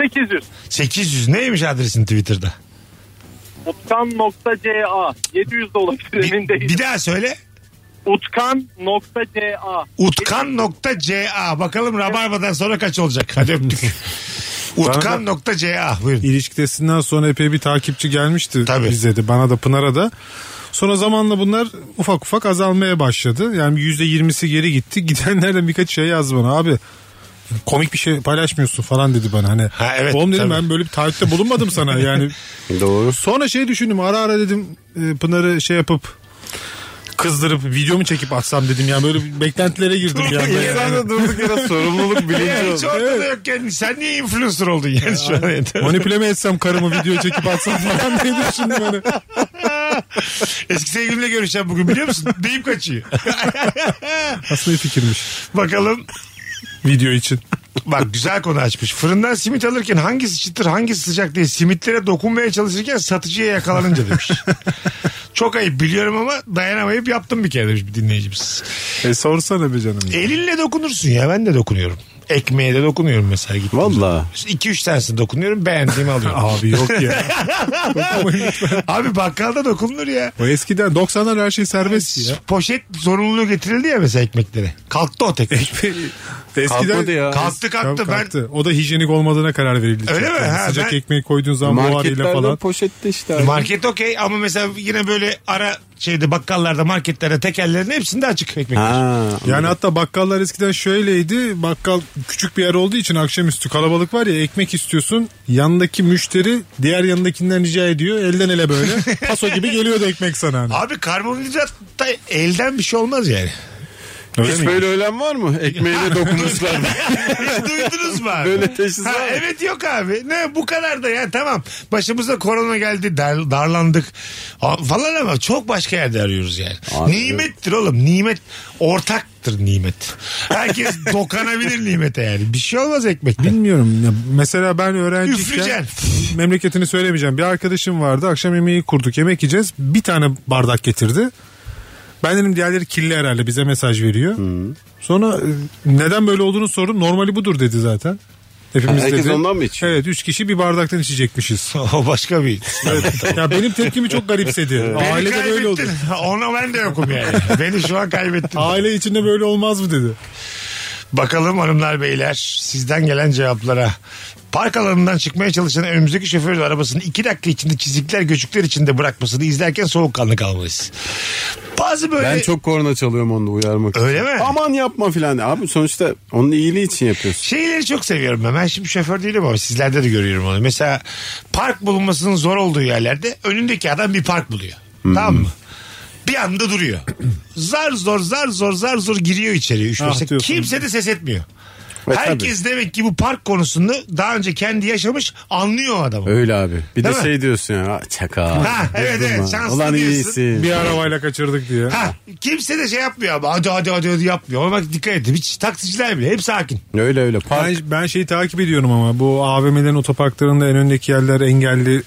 Speaker 7: 800.
Speaker 1: 800. Neymiş adresin Twitter'da?
Speaker 7: Utkan.ca 700 de olabilir
Speaker 1: Bir,
Speaker 7: emin değilim.
Speaker 1: bir daha söyle.
Speaker 7: Utkan.ca
Speaker 1: Utkan.ca. Bakalım Rabarba'dan sonra kaç olacak? Hadi öptük. Utkan.ca. Buyurun.
Speaker 3: İlişkisinden sonra epey bir takipçi gelmişti
Speaker 1: Tabii.
Speaker 3: bize de bana da Pınar'a da. Sonra zamanla bunlar ufak ufak azalmaya başladı. Yani %20'si geri gitti. Gidenlerden birkaç şey yazdı bana abi komik bir şey paylaşmıyorsun falan dedi bana hani.
Speaker 1: Ha, evet,
Speaker 3: Oğlum dedim
Speaker 1: tabii.
Speaker 3: ben böyle bir taahhütte bulunmadım sana yani.
Speaker 2: Doğru.
Speaker 3: Sonra şey düşündüm ara ara dedim e, Pınar'ı şey yapıp kızdırıp videomu çekip atsam dedim yani böyle bir beklentilere girdim yani. Hani,
Speaker 2: İnsan da durduk yere sorumluluk bilinci
Speaker 1: Hiç
Speaker 2: oldu.
Speaker 1: ortada yokken sen niye influencer oldun yani şu an?
Speaker 3: Manipüle mi etsem karımı video çekip atsam falan diye düşündüm hani.
Speaker 1: Eski sevgilimle görüşeceğim bugün biliyor musun? Deyip kaçıyor.
Speaker 3: Aslında iyi fikirmiş
Speaker 1: Bakalım
Speaker 3: video için.
Speaker 1: Bak güzel konu açmış. Fırından simit alırken hangisi çıtır hangisi sıcak diye simitlere dokunmaya çalışırken satıcıya yakalanınca demiş. Çok ayıp biliyorum ama dayanamayıp yaptım bir kere demiş bir dinleyicimiz.
Speaker 3: E sorsana be canım.
Speaker 1: Elinle dokunursun ya ben de dokunuyorum. Ekmeğe de dokunuyorum mesela gittim.
Speaker 2: Valla.
Speaker 1: 2-3 tanesini dokunuyorum beğendiğimi alıyorum.
Speaker 3: Abi yok ya.
Speaker 1: Abi bakkalda dokunulur ya.
Speaker 3: o eskiden 90'lar her şey serbestti ya.
Speaker 1: Poşet zorunluluğu getirildi ya mesela ekmeklere. Kalktı o tekrar.
Speaker 2: Kalkmadı ya.
Speaker 1: kalktı kalktı,
Speaker 3: Tabii
Speaker 1: ben
Speaker 3: kalktı. O da hijyenik olmadığına karar verildi.
Speaker 1: Öyle
Speaker 3: Çünkü
Speaker 1: mi? Ha,
Speaker 3: Sıcak
Speaker 1: ben-
Speaker 3: ekmeği koyduğun zaman buharıyla
Speaker 2: Marketlerde
Speaker 3: falan.
Speaker 2: poşette işte. abi.
Speaker 1: Market okey ama mesela yine böyle ara şeyde bakkallarda marketlerde tekerlerin hepsinde açık ekmekler.
Speaker 2: Ha.
Speaker 3: Yani hatta bakkallar eskiden şöyleydi. Bakkal küçük bir yer olduğu için akşamüstü kalabalık var ya ekmek istiyorsun. Yanındaki müşteri diğer yanındakinden rica ediyor. Elden ele böyle. Paso gibi geliyordu ekmek sana. Hani.
Speaker 1: Abi karbonhidrat da elden bir şey olmaz yani.
Speaker 3: Öyle
Speaker 2: Hiç
Speaker 3: mi?
Speaker 2: böyle ölen var mı? Ekmeğine dokunmuşlar.
Speaker 1: Hiç duydunuz mu abi?
Speaker 2: Böyle teşhis
Speaker 1: Ha,
Speaker 2: var mı?
Speaker 1: Evet yok abi. Ne bu kadar da ya tamam. Başımıza korona geldi dar- darlandık A- falan ama çok başka yerde arıyoruz yani. Nimettir oğlum nimet ortaktır nimet. Herkes dokanabilir nimete yani. Bir şey olmaz ekmekten.
Speaker 3: Bilmiyorum. Ya mesela ben öğrenciyken
Speaker 1: Üfleyeceksin.
Speaker 3: memleketini söylemeyeceğim. Bir arkadaşım vardı. Akşam yemeği kurduk. Yemek yiyeceğiz. Bir tane bardak getirdi. Ben dedim diğerleri kirli herhalde bize mesaj veriyor. Sonra e, neden böyle olduğunu sordum. Normali budur dedi zaten. Hepimiz
Speaker 2: Ha, herkes
Speaker 3: dedi.
Speaker 2: ondan mı içiyor?
Speaker 3: Evet üç kişi bir bardaktan içecekmişiz.
Speaker 1: O başka bir.
Speaker 3: ya benim tepkimi çok garipsedi.
Speaker 1: Beni
Speaker 3: Ailede böyle oldu.
Speaker 1: kaybettin. Ona ben de yokum yani. Beni şu an kaybettin.
Speaker 3: Aile içinde böyle olmaz mı dedi.
Speaker 1: Bakalım hanımlar beyler sizden gelen cevaplara. Park alanından çıkmaya çalışan önümüzdeki şoförün arabasını iki dakika içinde çizikler göçükler içinde bırakmasını izlerken soğukkanlı kalmalıyız. Bazı böyle...
Speaker 2: Ben çok korna çalıyorum onu da uyarmak.
Speaker 1: Öyle mi?
Speaker 2: Aman yapma filan. Abi sonuçta onun iyiliği için yapıyorsun.
Speaker 1: Şeyleri çok seviyorum ben. Ben şimdi şoför değilim ama sizlerde de görüyorum onu. Mesela park bulunmasının zor olduğu yerlerde önündeki adam bir park buluyor. Tamam mı? Bir anda duruyor. zar zor zar zor zar zor giriyor içeriye. Üç,
Speaker 3: Ah
Speaker 1: beş dakika.
Speaker 3: diyorsun.
Speaker 1: Kimse de ses etmiyor.
Speaker 2: Ve
Speaker 1: Herkes demek ki bu park konusunu daha önce kendi yaşamış anlıyor o adamı.
Speaker 2: tabii. Öyle abi. Bir
Speaker 1: Değil
Speaker 2: de
Speaker 1: mi?
Speaker 2: şey diyorsun ya. "Aa, Çaka.
Speaker 1: Ha, evet,
Speaker 2: Yapma.
Speaker 1: evet, şanslı
Speaker 2: Ulan
Speaker 1: diyorsun.
Speaker 2: iyisin.
Speaker 3: Bir arabayla kaçırdık diye.
Speaker 1: Ha, kimse de şey yapmıyor ama hadi hadi hadi, hadi yapmıyor. Ama bak dikkat edin hiç taksiciler bile hep sakin.
Speaker 2: Öyle öyle. Park.
Speaker 3: Ben, ben şeyi takip ediyorum ama bu AVM'lerin otoparklarında en öndeki yerler engelli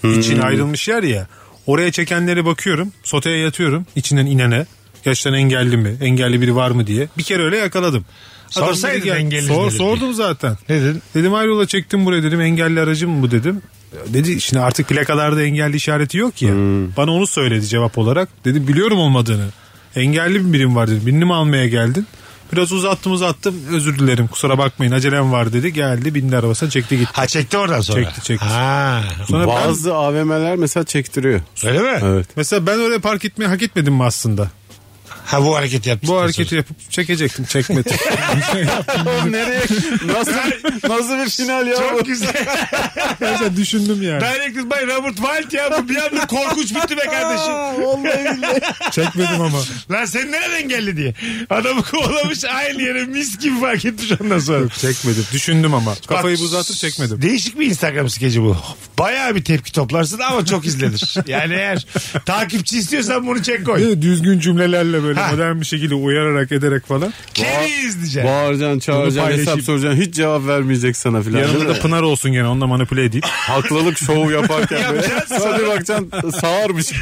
Speaker 1: Hmm.
Speaker 3: için ayrılmış yer ya. Oraya çekenlere bakıyorum. Soteye yatıyorum. içinden inene. Yaştan engelli mi? Engelli biri var mı diye. Bir kere öyle yakaladım. Adam dedi
Speaker 1: Sorsaydın
Speaker 3: ki,
Speaker 1: engelli
Speaker 3: "Sor-
Speaker 1: dedi."
Speaker 3: Sordum zaten.
Speaker 1: Ne dedin?
Speaker 3: Dedim hayrola çektim buraya dedim engelli aracım mı bu dedim. Dedi şimdi artık plakalarda engelli işareti yok ya.
Speaker 1: Hmm.
Speaker 3: Bana onu söyledi cevap olarak. Dedim biliyorum olmadığını. Engelli bir birim var dedim. Birini mi almaya geldin? Biraz uzattım uzattım özür dilerim kusura bakmayın acelem var dedi. Geldi bindi arabasına çekti gitti.
Speaker 1: Ha çekti oradan sonra.
Speaker 3: Çekti, çekti.
Speaker 1: Ha.
Speaker 3: Sonra ben-
Speaker 2: Bazı AVM'ler mesela çektiriyor.
Speaker 1: Öyle mi?
Speaker 2: Evet.
Speaker 3: Mesela ben oraya park etmeyi hak etmedim mi aslında?
Speaker 1: Ha bu hareketi yaptı.
Speaker 3: Bu hareketi yapıp çekecektim çekmedim. şey
Speaker 2: Nereye? Nasıl, nasıl bir final ya bu?
Speaker 1: Çok güzel.
Speaker 3: Mesela düşündüm yani.
Speaker 1: Directed by Robert Wild ya. Bu bir anda korkunç bitti be kardeşim.
Speaker 3: Çekmedim ama.
Speaker 1: Lan sen neden engelli diye. Adamı kovalamış aynı yere mis gibi fark etmiş ondan sonra.
Speaker 3: Yok çekmedim. Düşündüm ama. Kafayı
Speaker 1: Bak,
Speaker 3: uzatıp çekmedim.
Speaker 1: Değişik bir Instagram skeci bu. Bayağı bir tepki toplarsın ama çok izlenir. Yani eğer takipçi istiyorsan bunu çek koy.
Speaker 3: Düzgün cümlelerle böyle
Speaker 1: Ha.
Speaker 3: modern bir şekilde uyararak ederek falan.
Speaker 1: Kimi izleyeceksin?
Speaker 2: Bağıracaksın, çağıracaksın,
Speaker 3: paylaşayım.
Speaker 2: hesap soracaksın. Hiç cevap vermeyecek sana filan.
Speaker 3: Yanında
Speaker 2: değil
Speaker 3: da
Speaker 2: mi?
Speaker 3: Pınar olsun gene onunla manipüle edeyim.
Speaker 2: Haklılık şov yaparken böyle.
Speaker 1: Yapacaksın.
Speaker 2: Sonra bir bakacaksın sağırmış.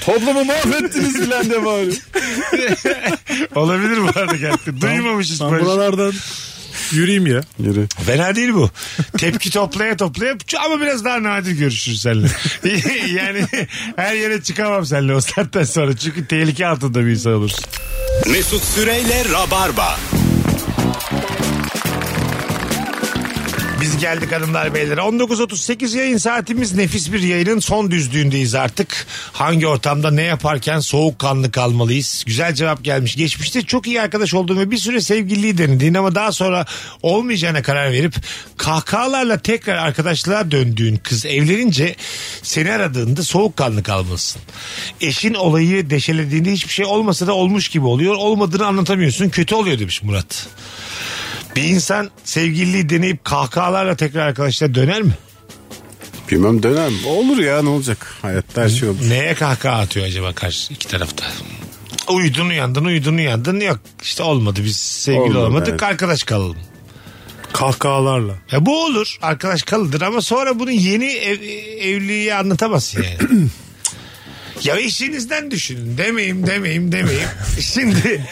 Speaker 2: Toplumu mahvettiniz filan de bari.
Speaker 1: Olabilir bu arada gerçekten. Duymamışız
Speaker 3: Ben
Speaker 1: böyle.
Speaker 3: buralardan yürüyeyim ya.
Speaker 2: Yürü.
Speaker 1: Fena değil bu. Tepki toplaya toplaya ama biraz daha nadir görüşürüz seninle. yani her yere çıkamam seninle o saatten sonra. Çünkü tehlike altında bir insan olursun.
Speaker 8: Mesut Süreyle Rabarba.
Speaker 1: Biz geldik hanımlar beyler. 19.38 yayın saatimiz nefis bir yayının son düzlüğündeyiz artık. Hangi ortamda ne yaparken soğukkanlı kalmalıyız? Güzel cevap gelmiş. Geçmişte çok iyi arkadaş olduğum ve bir süre sevgililiği denediğin ama daha sonra olmayacağına karar verip kahkahalarla tekrar arkadaşlığa döndüğün kız evlenince seni aradığında soğukkanlı kalmalısın. Eşin olayı deşelediğinde hiçbir şey olmasa da olmuş gibi oluyor. Olmadığını anlatamıyorsun. Kötü oluyor demiş Murat. Bir insan sevgililiği deneyip kahkahalarla tekrar arkadaşlar döner mi?
Speaker 2: Bilmem dönem. Olur ya ne olacak? Hayatta her şey olur.
Speaker 1: Neye kahkaha atıyor acaba karşı iki tarafta? Uyudun uyandın uyudun uyandın yok işte olmadı biz sevgili
Speaker 2: Olmadı,
Speaker 1: olamadık
Speaker 2: evet.
Speaker 1: arkadaş kalalım.
Speaker 3: Kahkahalarla.
Speaker 1: Ya bu olur arkadaş kalıdır ama sonra bunu yeni ev, evliliğe anlatamazsın yani. ya işinizden düşünün demeyim demeyim demeyim. Şimdi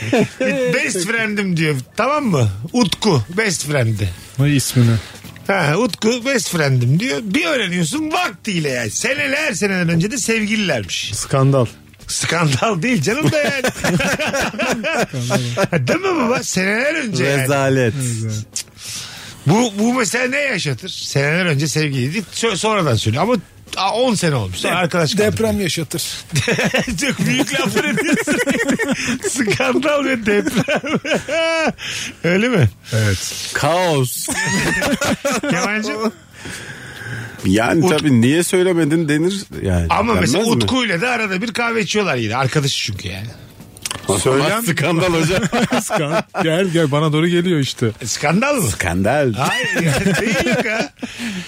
Speaker 1: best friend'im diyor tamam mı? Utku best friend'i.
Speaker 3: Ne ismini?
Speaker 1: Ha, Utku best friend'im diyor. Bir öğreniyorsun vaktiyle yani. Seneler seneden önce de sevgililermiş.
Speaker 3: Skandal.
Speaker 1: Skandal değil canım da yani. değil mi baba? Seneler önce yani.
Speaker 2: Rezalet.
Speaker 1: Bu, bu mesela ne yaşatır? Seneler önce sevgiliydik so- sonradan söylüyor. Ama a, 10 sene olmuş. Sonra arkadaş kaldık.
Speaker 3: yaşatır.
Speaker 1: Çok büyük laflar ediyorsun. Skandal ve deprem. Öyle mi?
Speaker 3: Evet.
Speaker 2: Kaos.
Speaker 1: Kemal'cim?
Speaker 2: Yani tabii niye söylemedin denir yani.
Speaker 1: Ama mesela
Speaker 2: Denmez mi?
Speaker 1: Utku'yla da arada bir kahve içiyorlar yine. Arkadaşı çünkü yani.
Speaker 2: Söylen skandal hocam.
Speaker 3: Skandal. gel gel bana doğru geliyor işte.
Speaker 1: E, Skandal mı?
Speaker 2: skandal.
Speaker 1: Hayır yani değil yok ha.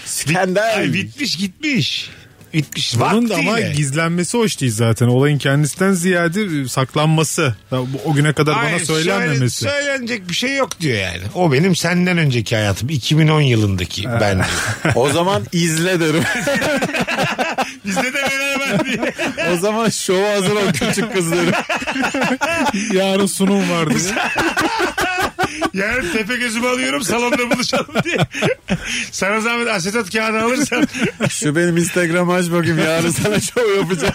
Speaker 2: Skandal.
Speaker 1: Ay, bitmiş gitmiş. Bitmiş.
Speaker 3: Bunun
Speaker 1: Vaktiyle.
Speaker 3: da ama gizlenmesi hoş değil zaten. Olayın kendisinden ziyade e, saklanması. Ya bu- O güne kadar
Speaker 1: Hayır,
Speaker 3: bana söylenmemesi.
Speaker 1: söyle- söylenecek bir şey yok diyor yani. O benim senden önceki hayatım. 2010 yılındaki ben diyor.
Speaker 2: o zaman izle derim.
Speaker 1: Bizde de beraber diye.
Speaker 2: o zaman şova hazır ol küçük kızlarım.
Speaker 3: Yarın sunum vardı.
Speaker 1: Yarın tepe gözümü alıyorum salonda buluşalım diye. Sana zahmet asetat kağıdı alırsan.
Speaker 2: Şu benim Instagram aç bakayım yarın sana şov yapacağım.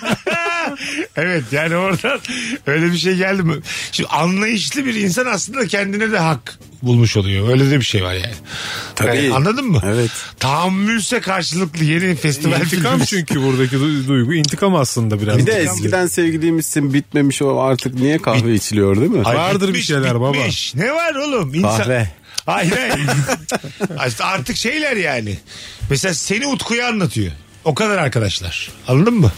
Speaker 1: evet yani oradan öyle bir şey geldi mi? Şimdi anlayışlı bir insan aslında kendine de hak bulmuş oluyor. Öyle de bir şey var yani.
Speaker 2: Tabii.
Speaker 1: Yani anladın mı?
Speaker 2: Evet.
Speaker 1: Tahammülse karşılıklı yeni festival
Speaker 3: İntikam
Speaker 1: filmi.
Speaker 3: çünkü buradaki du- duygu. intikam aslında biraz.
Speaker 2: Bir de
Speaker 3: İntikam.
Speaker 2: eskiden sevgiliymişsin bitmemiş o artık niye kahve içiliyor değil mi?
Speaker 3: Ay, Vardır bir
Speaker 1: Bitmiş,
Speaker 3: şeyler baba.
Speaker 1: bitmiş. Ne var oğlum? İnsan...
Speaker 2: Kahve.
Speaker 1: Hayır hayır. Aslında Artık şeyler yani. Mesela seni Utku'ya anlatıyor. O kadar arkadaşlar. Anladın mı?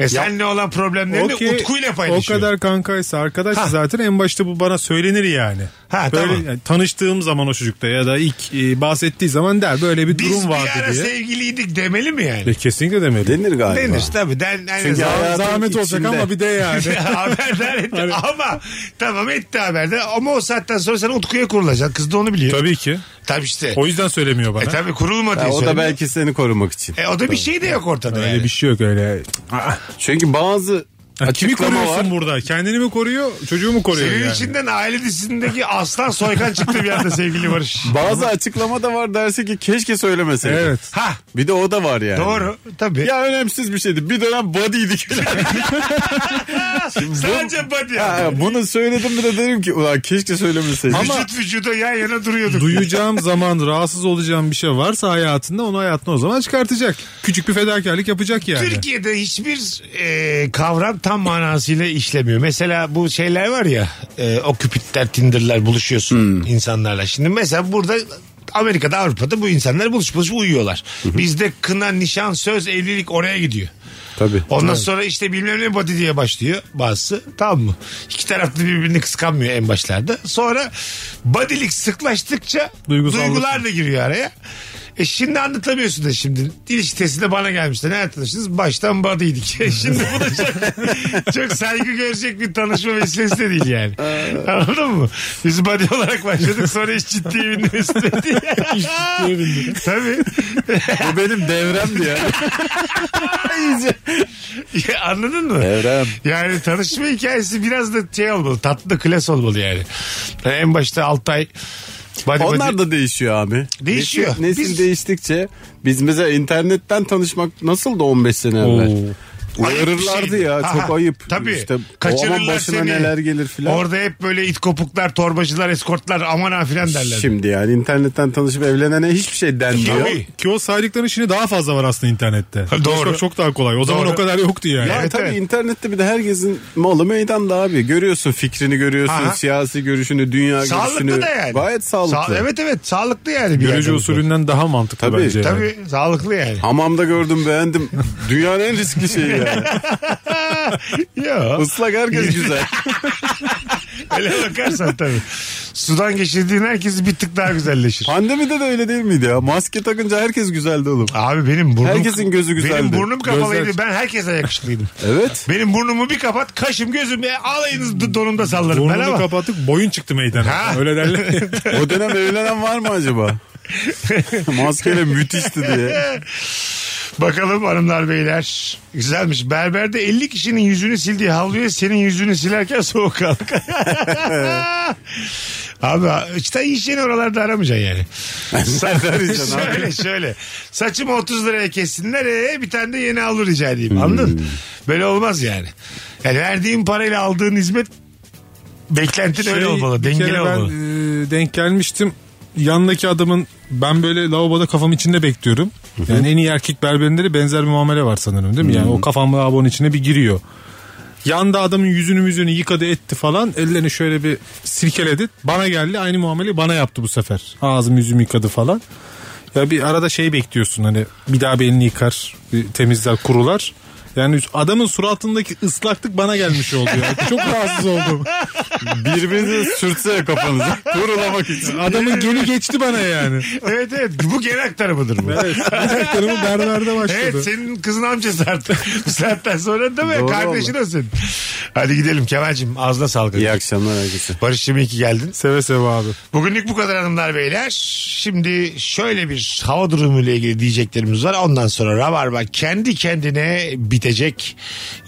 Speaker 1: E senle olan problemlerini
Speaker 3: O ki-
Speaker 1: Utku'yla paylaşıyor.
Speaker 3: O kadar kankaysa arkadaş
Speaker 1: Ha.
Speaker 3: zaten en başta bu bana söylenir yani.
Speaker 1: Ha
Speaker 3: Böyle
Speaker 1: E, tamam.
Speaker 3: yani tanıştığım zaman o çocukta ya da ilk e, bahsettiği zaman der böyle bir
Speaker 1: Biz
Speaker 3: durum
Speaker 1: bir
Speaker 3: vardı
Speaker 1: ara
Speaker 3: diye.
Speaker 1: sevgiliydik demeli mi yani?
Speaker 3: E, kesinlikle demeli.
Speaker 2: Denir galiba.
Speaker 1: Denir tabii. Den, yani
Speaker 2: Çünkü
Speaker 1: zaman-
Speaker 2: hayatın
Speaker 3: Zahmet olacak
Speaker 2: içinde.
Speaker 3: ama bir de yani.
Speaker 1: haberdar etti
Speaker 3: Hani-
Speaker 1: ama tamam etti haberde ama o saatten sonra sen Utku'ya kurulacaksın. Kız da onu biliyor. Tabii,
Speaker 3: Tabii ki.
Speaker 1: işte.
Speaker 3: O yüzden söylemiyor bana.
Speaker 1: E tabii kurulma diye
Speaker 2: Ha, o da
Speaker 1: söylüyor.
Speaker 2: belki seni korumak için.
Speaker 1: E o da bir şey de yok ortada
Speaker 3: Öyle
Speaker 1: yani.
Speaker 3: bir şey yok öyle.
Speaker 2: Çünkü bazı
Speaker 3: Ya kimi
Speaker 2: açıklama
Speaker 3: koruyorsun
Speaker 2: var.
Speaker 3: burada? Kendini mi koruyor, çocuğu mu koruyor
Speaker 1: Senin
Speaker 3: şey yani?
Speaker 1: içinden aile dizisindeki Aslan Soykan çıktı bir anda sevgili Barış.
Speaker 2: Bazı açıklama da var derse ki keşke söylemeseydin.
Speaker 3: Evet.
Speaker 1: ha
Speaker 2: Bir de o da var yani.
Speaker 1: doğru tabii.
Speaker 2: Ya önemsiz bir şeydi. Bir dönem body'ydik.
Speaker 1: Sadece body.
Speaker 2: Ha, bunu söyledim mi de dedim ki ulan keşke söylemeseydim.
Speaker 1: Vücut vücuda yan yana duruyorduk.
Speaker 3: Duyacağım zaman rahatsız olacağım bir şey varsa hayatında onu hayatına o zaman çıkartacak. Küçük bir fedakarlık yapacak yani.
Speaker 1: Türkiye'de hiçbir e, kavram tam manasıyla işlemiyor. Mesela bu şeyler var ya e, o küpitler, tinderler buluşuyorsun insanlarla. Şimdi mesela burada Amerika'da Avrupa'da bu insanlar buluş buluş uyuyorlar. Bizde kına, nişan, söz, evlilik oraya gidiyor.
Speaker 2: Tabii.
Speaker 1: Ondan sonra işte bilmem ne body diye başlıyor bazısı. Tamam mı? İki tarafta birbirini kıskanmıyor en başlarda. Sonra bodylik sıklaştıkça
Speaker 3: Duygusallık.
Speaker 1: duygular da giriyor araya. E şimdi anlatamıyorsun da şimdi. Dil sitesinde bana gelmişti. Nerede tanıştınız? Baştan body'ydik. şimdi bu da çok, çok saygı görecek bir tanışma meselesi de değil yani. Anladın mı? Biz body olarak başladık. Sonra iş ciddiye bindi. Mesut'e diye. Tabii.
Speaker 2: Bu benim devremdi ya. İyice.
Speaker 1: Ya Anladın mı?
Speaker 2: Devrem.
Speaker 1: Yani tanışma hikayesi biraz da şey olmalı. Tatlı klas olmalı yani. Yani en başta Altay body
Speaker 2: Onlar
Speaker 1: body-
Speaker 2: da değişiyor abi.
Speaker 1: Değişiyor.
Speaker 2: Nesil, nesil
Speaker 1: Biz-
Speaker 2: değiştikçe biz mesela internetten tanışmak nasıl da 15 sene evvel.
Speaker 1: Ayıp bir
Speaker 2: Uyarırlardı
Speaker 1: şeydi.
Speaker 2: ya çok
Speaker 1: Aha,
Speaker 2: ayıp.
Speaker 1: Tabii.
Speaker 2: İşte o
Speaker 1: Kaçırırlar
Speaker 2: aman başına
Speaker 1: seni.
Speaker 2: neler gelir filan.
Speaker 1: Orada hep böyle it kopuklar, torbacılar, eskortlar aman ha filan derler.
Speaker 2: Şimdi yani internetten tanışıp evlenene hiçbir şey denmiyor.
Speaker 1: Tabii.
Speaker 3: Ki o saydıkların işini daha fazla var aslında internette.
Speaker 1: doğru.
Speaker 3: Konuşmak çok daha kolay. O zaman
Speaker 1: Doğru.
Speaker 3: o kadar yoktu yani.
Speaker 2: Ya
Speaker 1: Evet,
Speaker 2: tabii
Speaker 1: evet.
Speaker 2: internette bir de herkesin malı meydanda abi. Görüyorsun fikrini görüyorsun,
Speaker 1: Aha.
Speaker 2: siyasi görüşünü, dünya
Speaker 1: Sağlıklı
Speaker 2: görüşünü.
Speaker 1: da yani.
Speaker 2: Gayet sağlıklı.
Speaker 1: Sa- evet evet sağlıklı yani. bir
Speaker 3: Görece
Speaker 1: yerden
Speaker 3: usulünden daha mantıklı
Speaker 2: Tabii,
Speaker 3: bence. yani.
Speaker 1: Tabii sağlıklı yani.
Speaker 2: Hamamda gördüm beğendim. Dünyanın en riskli şeyi yani.
Speaker 1: Yo,
Speaker 2: Islak herkes güzel.
Speaker 1: öyle bakarsan tabii. Sudan geçirdiğin herkes bir tık daha güzelleşir.
Speaker 2: Pandemide de öyle değil miydi ya? Maske takınca herkes güzeldi oğlum.
Speaker 1: Abi benim burnum...
Speaker 2: Herkesin gözü
Speaker 1: Benim
Speaker 2: güzeldi.
Speaker 1: burnum kapalıydı.
Speaker 3: Gözler-
Speaker 1: Ben herkese yakışıklıydım.
Speaker 2: Evet.
Speaker 1: Benim burnumu bir kapat, kaşım gözüm e, alayınız d- donumda sallarım ben
Speaker 3: Burnunu
Speaker 1: ama.
Speaker 3: kapattık boyun çıktı meydana.
Speaker 1: Ha.
Speaker 3: Öyle derler.
Speaker 2: O dönem evlenen var mı acaba? Maskeyle müthişti diye.
Speaker 1: Bakalım hanımlar beyler. Güzelmiş. Berberde 50 kişinin yüzünü sildiği havluya senin yüzünü silerken soğuk kalk. Abi işte iş yeni oralarda aramayacaksın yani.
Speaker 2: Arayacaksın abi.
Speaker 1: şöyle şöyle. Saçımı 30 liraya kessinler ee, bir tane de yeni havlu rica edeyim. Anladın? Böyle olmaz yani. Yani verdiğin parayla aldığın hizmet beklentin öyle
Speaker 3: Şey,
Speaker 1: olmalı.
Speaker 3: bir
Speaker 1: Dengeli
Speaker 3: kere
Speaker 1: olmalı.
Speaker 3: Ben e, denk gelmiştim. Yandaki adamın ben böyle lavaboda kafam içinde bekliyorum. Yani en iyi erkek berberinde de benzer bir muamele var sanırım değil mi? Yani o kafam lavabonun içine bir giriyor. Yanda adamın yüzünü müzünü yıkadı etti falan. Ellerini şöyle bir silkeledi. Bana geldi aynı muameleyi bana yaptı bu sefer. Ağzım yüzümü yıkadı falan. Ya bir arada şey bekliyorsun hani bir daha bir elini yıkar, bir temizler, kurular. Yani adamın suratındaki ıslaklık bana gelmiş oldu ya. Çok rahatsız oldum.
Speaker 2: Birbirinizi sürtse ya kafanızı. Kurulamak için.
Speaker 3: Adamın gölü geçti bana yani.
Speaker 1: evet evet bu genel tarafıdır bu.
Speaker 3: Evet. Ayaklarımı berberde başladı.
Speaker 1: Evet senin kızın amcası artık. Bu saatten sonra değil mi?
Speaker 2: Doğru
Speaker 1: Kardeşin o senin. Hadi gidelim Kemal'cim ağzına sağlık.
Speaker 2: İyi akşamlar herkese.
Speaker 1: Barış'cığım iyi ki geldin.
Speaker 3: Seve seve abi.
Speaker 1: Bugünlük bu kadar hanımlar beyler. Şimdi şöyle bir hava durumuyla ilgili diyeceklerimiz var. Ondan sonra Rabarba kendi kendine bitecek.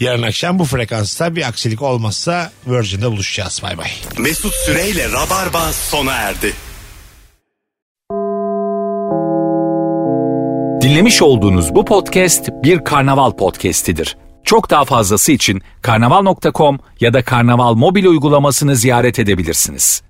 Speaker 1: Yarın akşam bu frekansta bir aksilik olmazsa Virgin'de buluşacağız. Bay bay.
Speaker 8: Mesut Süreyle Rabarba sona erdi.
Speaker 10: Dinlemiş olduğunuz bu podcast bir karnaval podcastidir. Çok daha fazlası için karnaval.com ya da karnaval mobil uygulamasını ziyaret edebilirsiniz.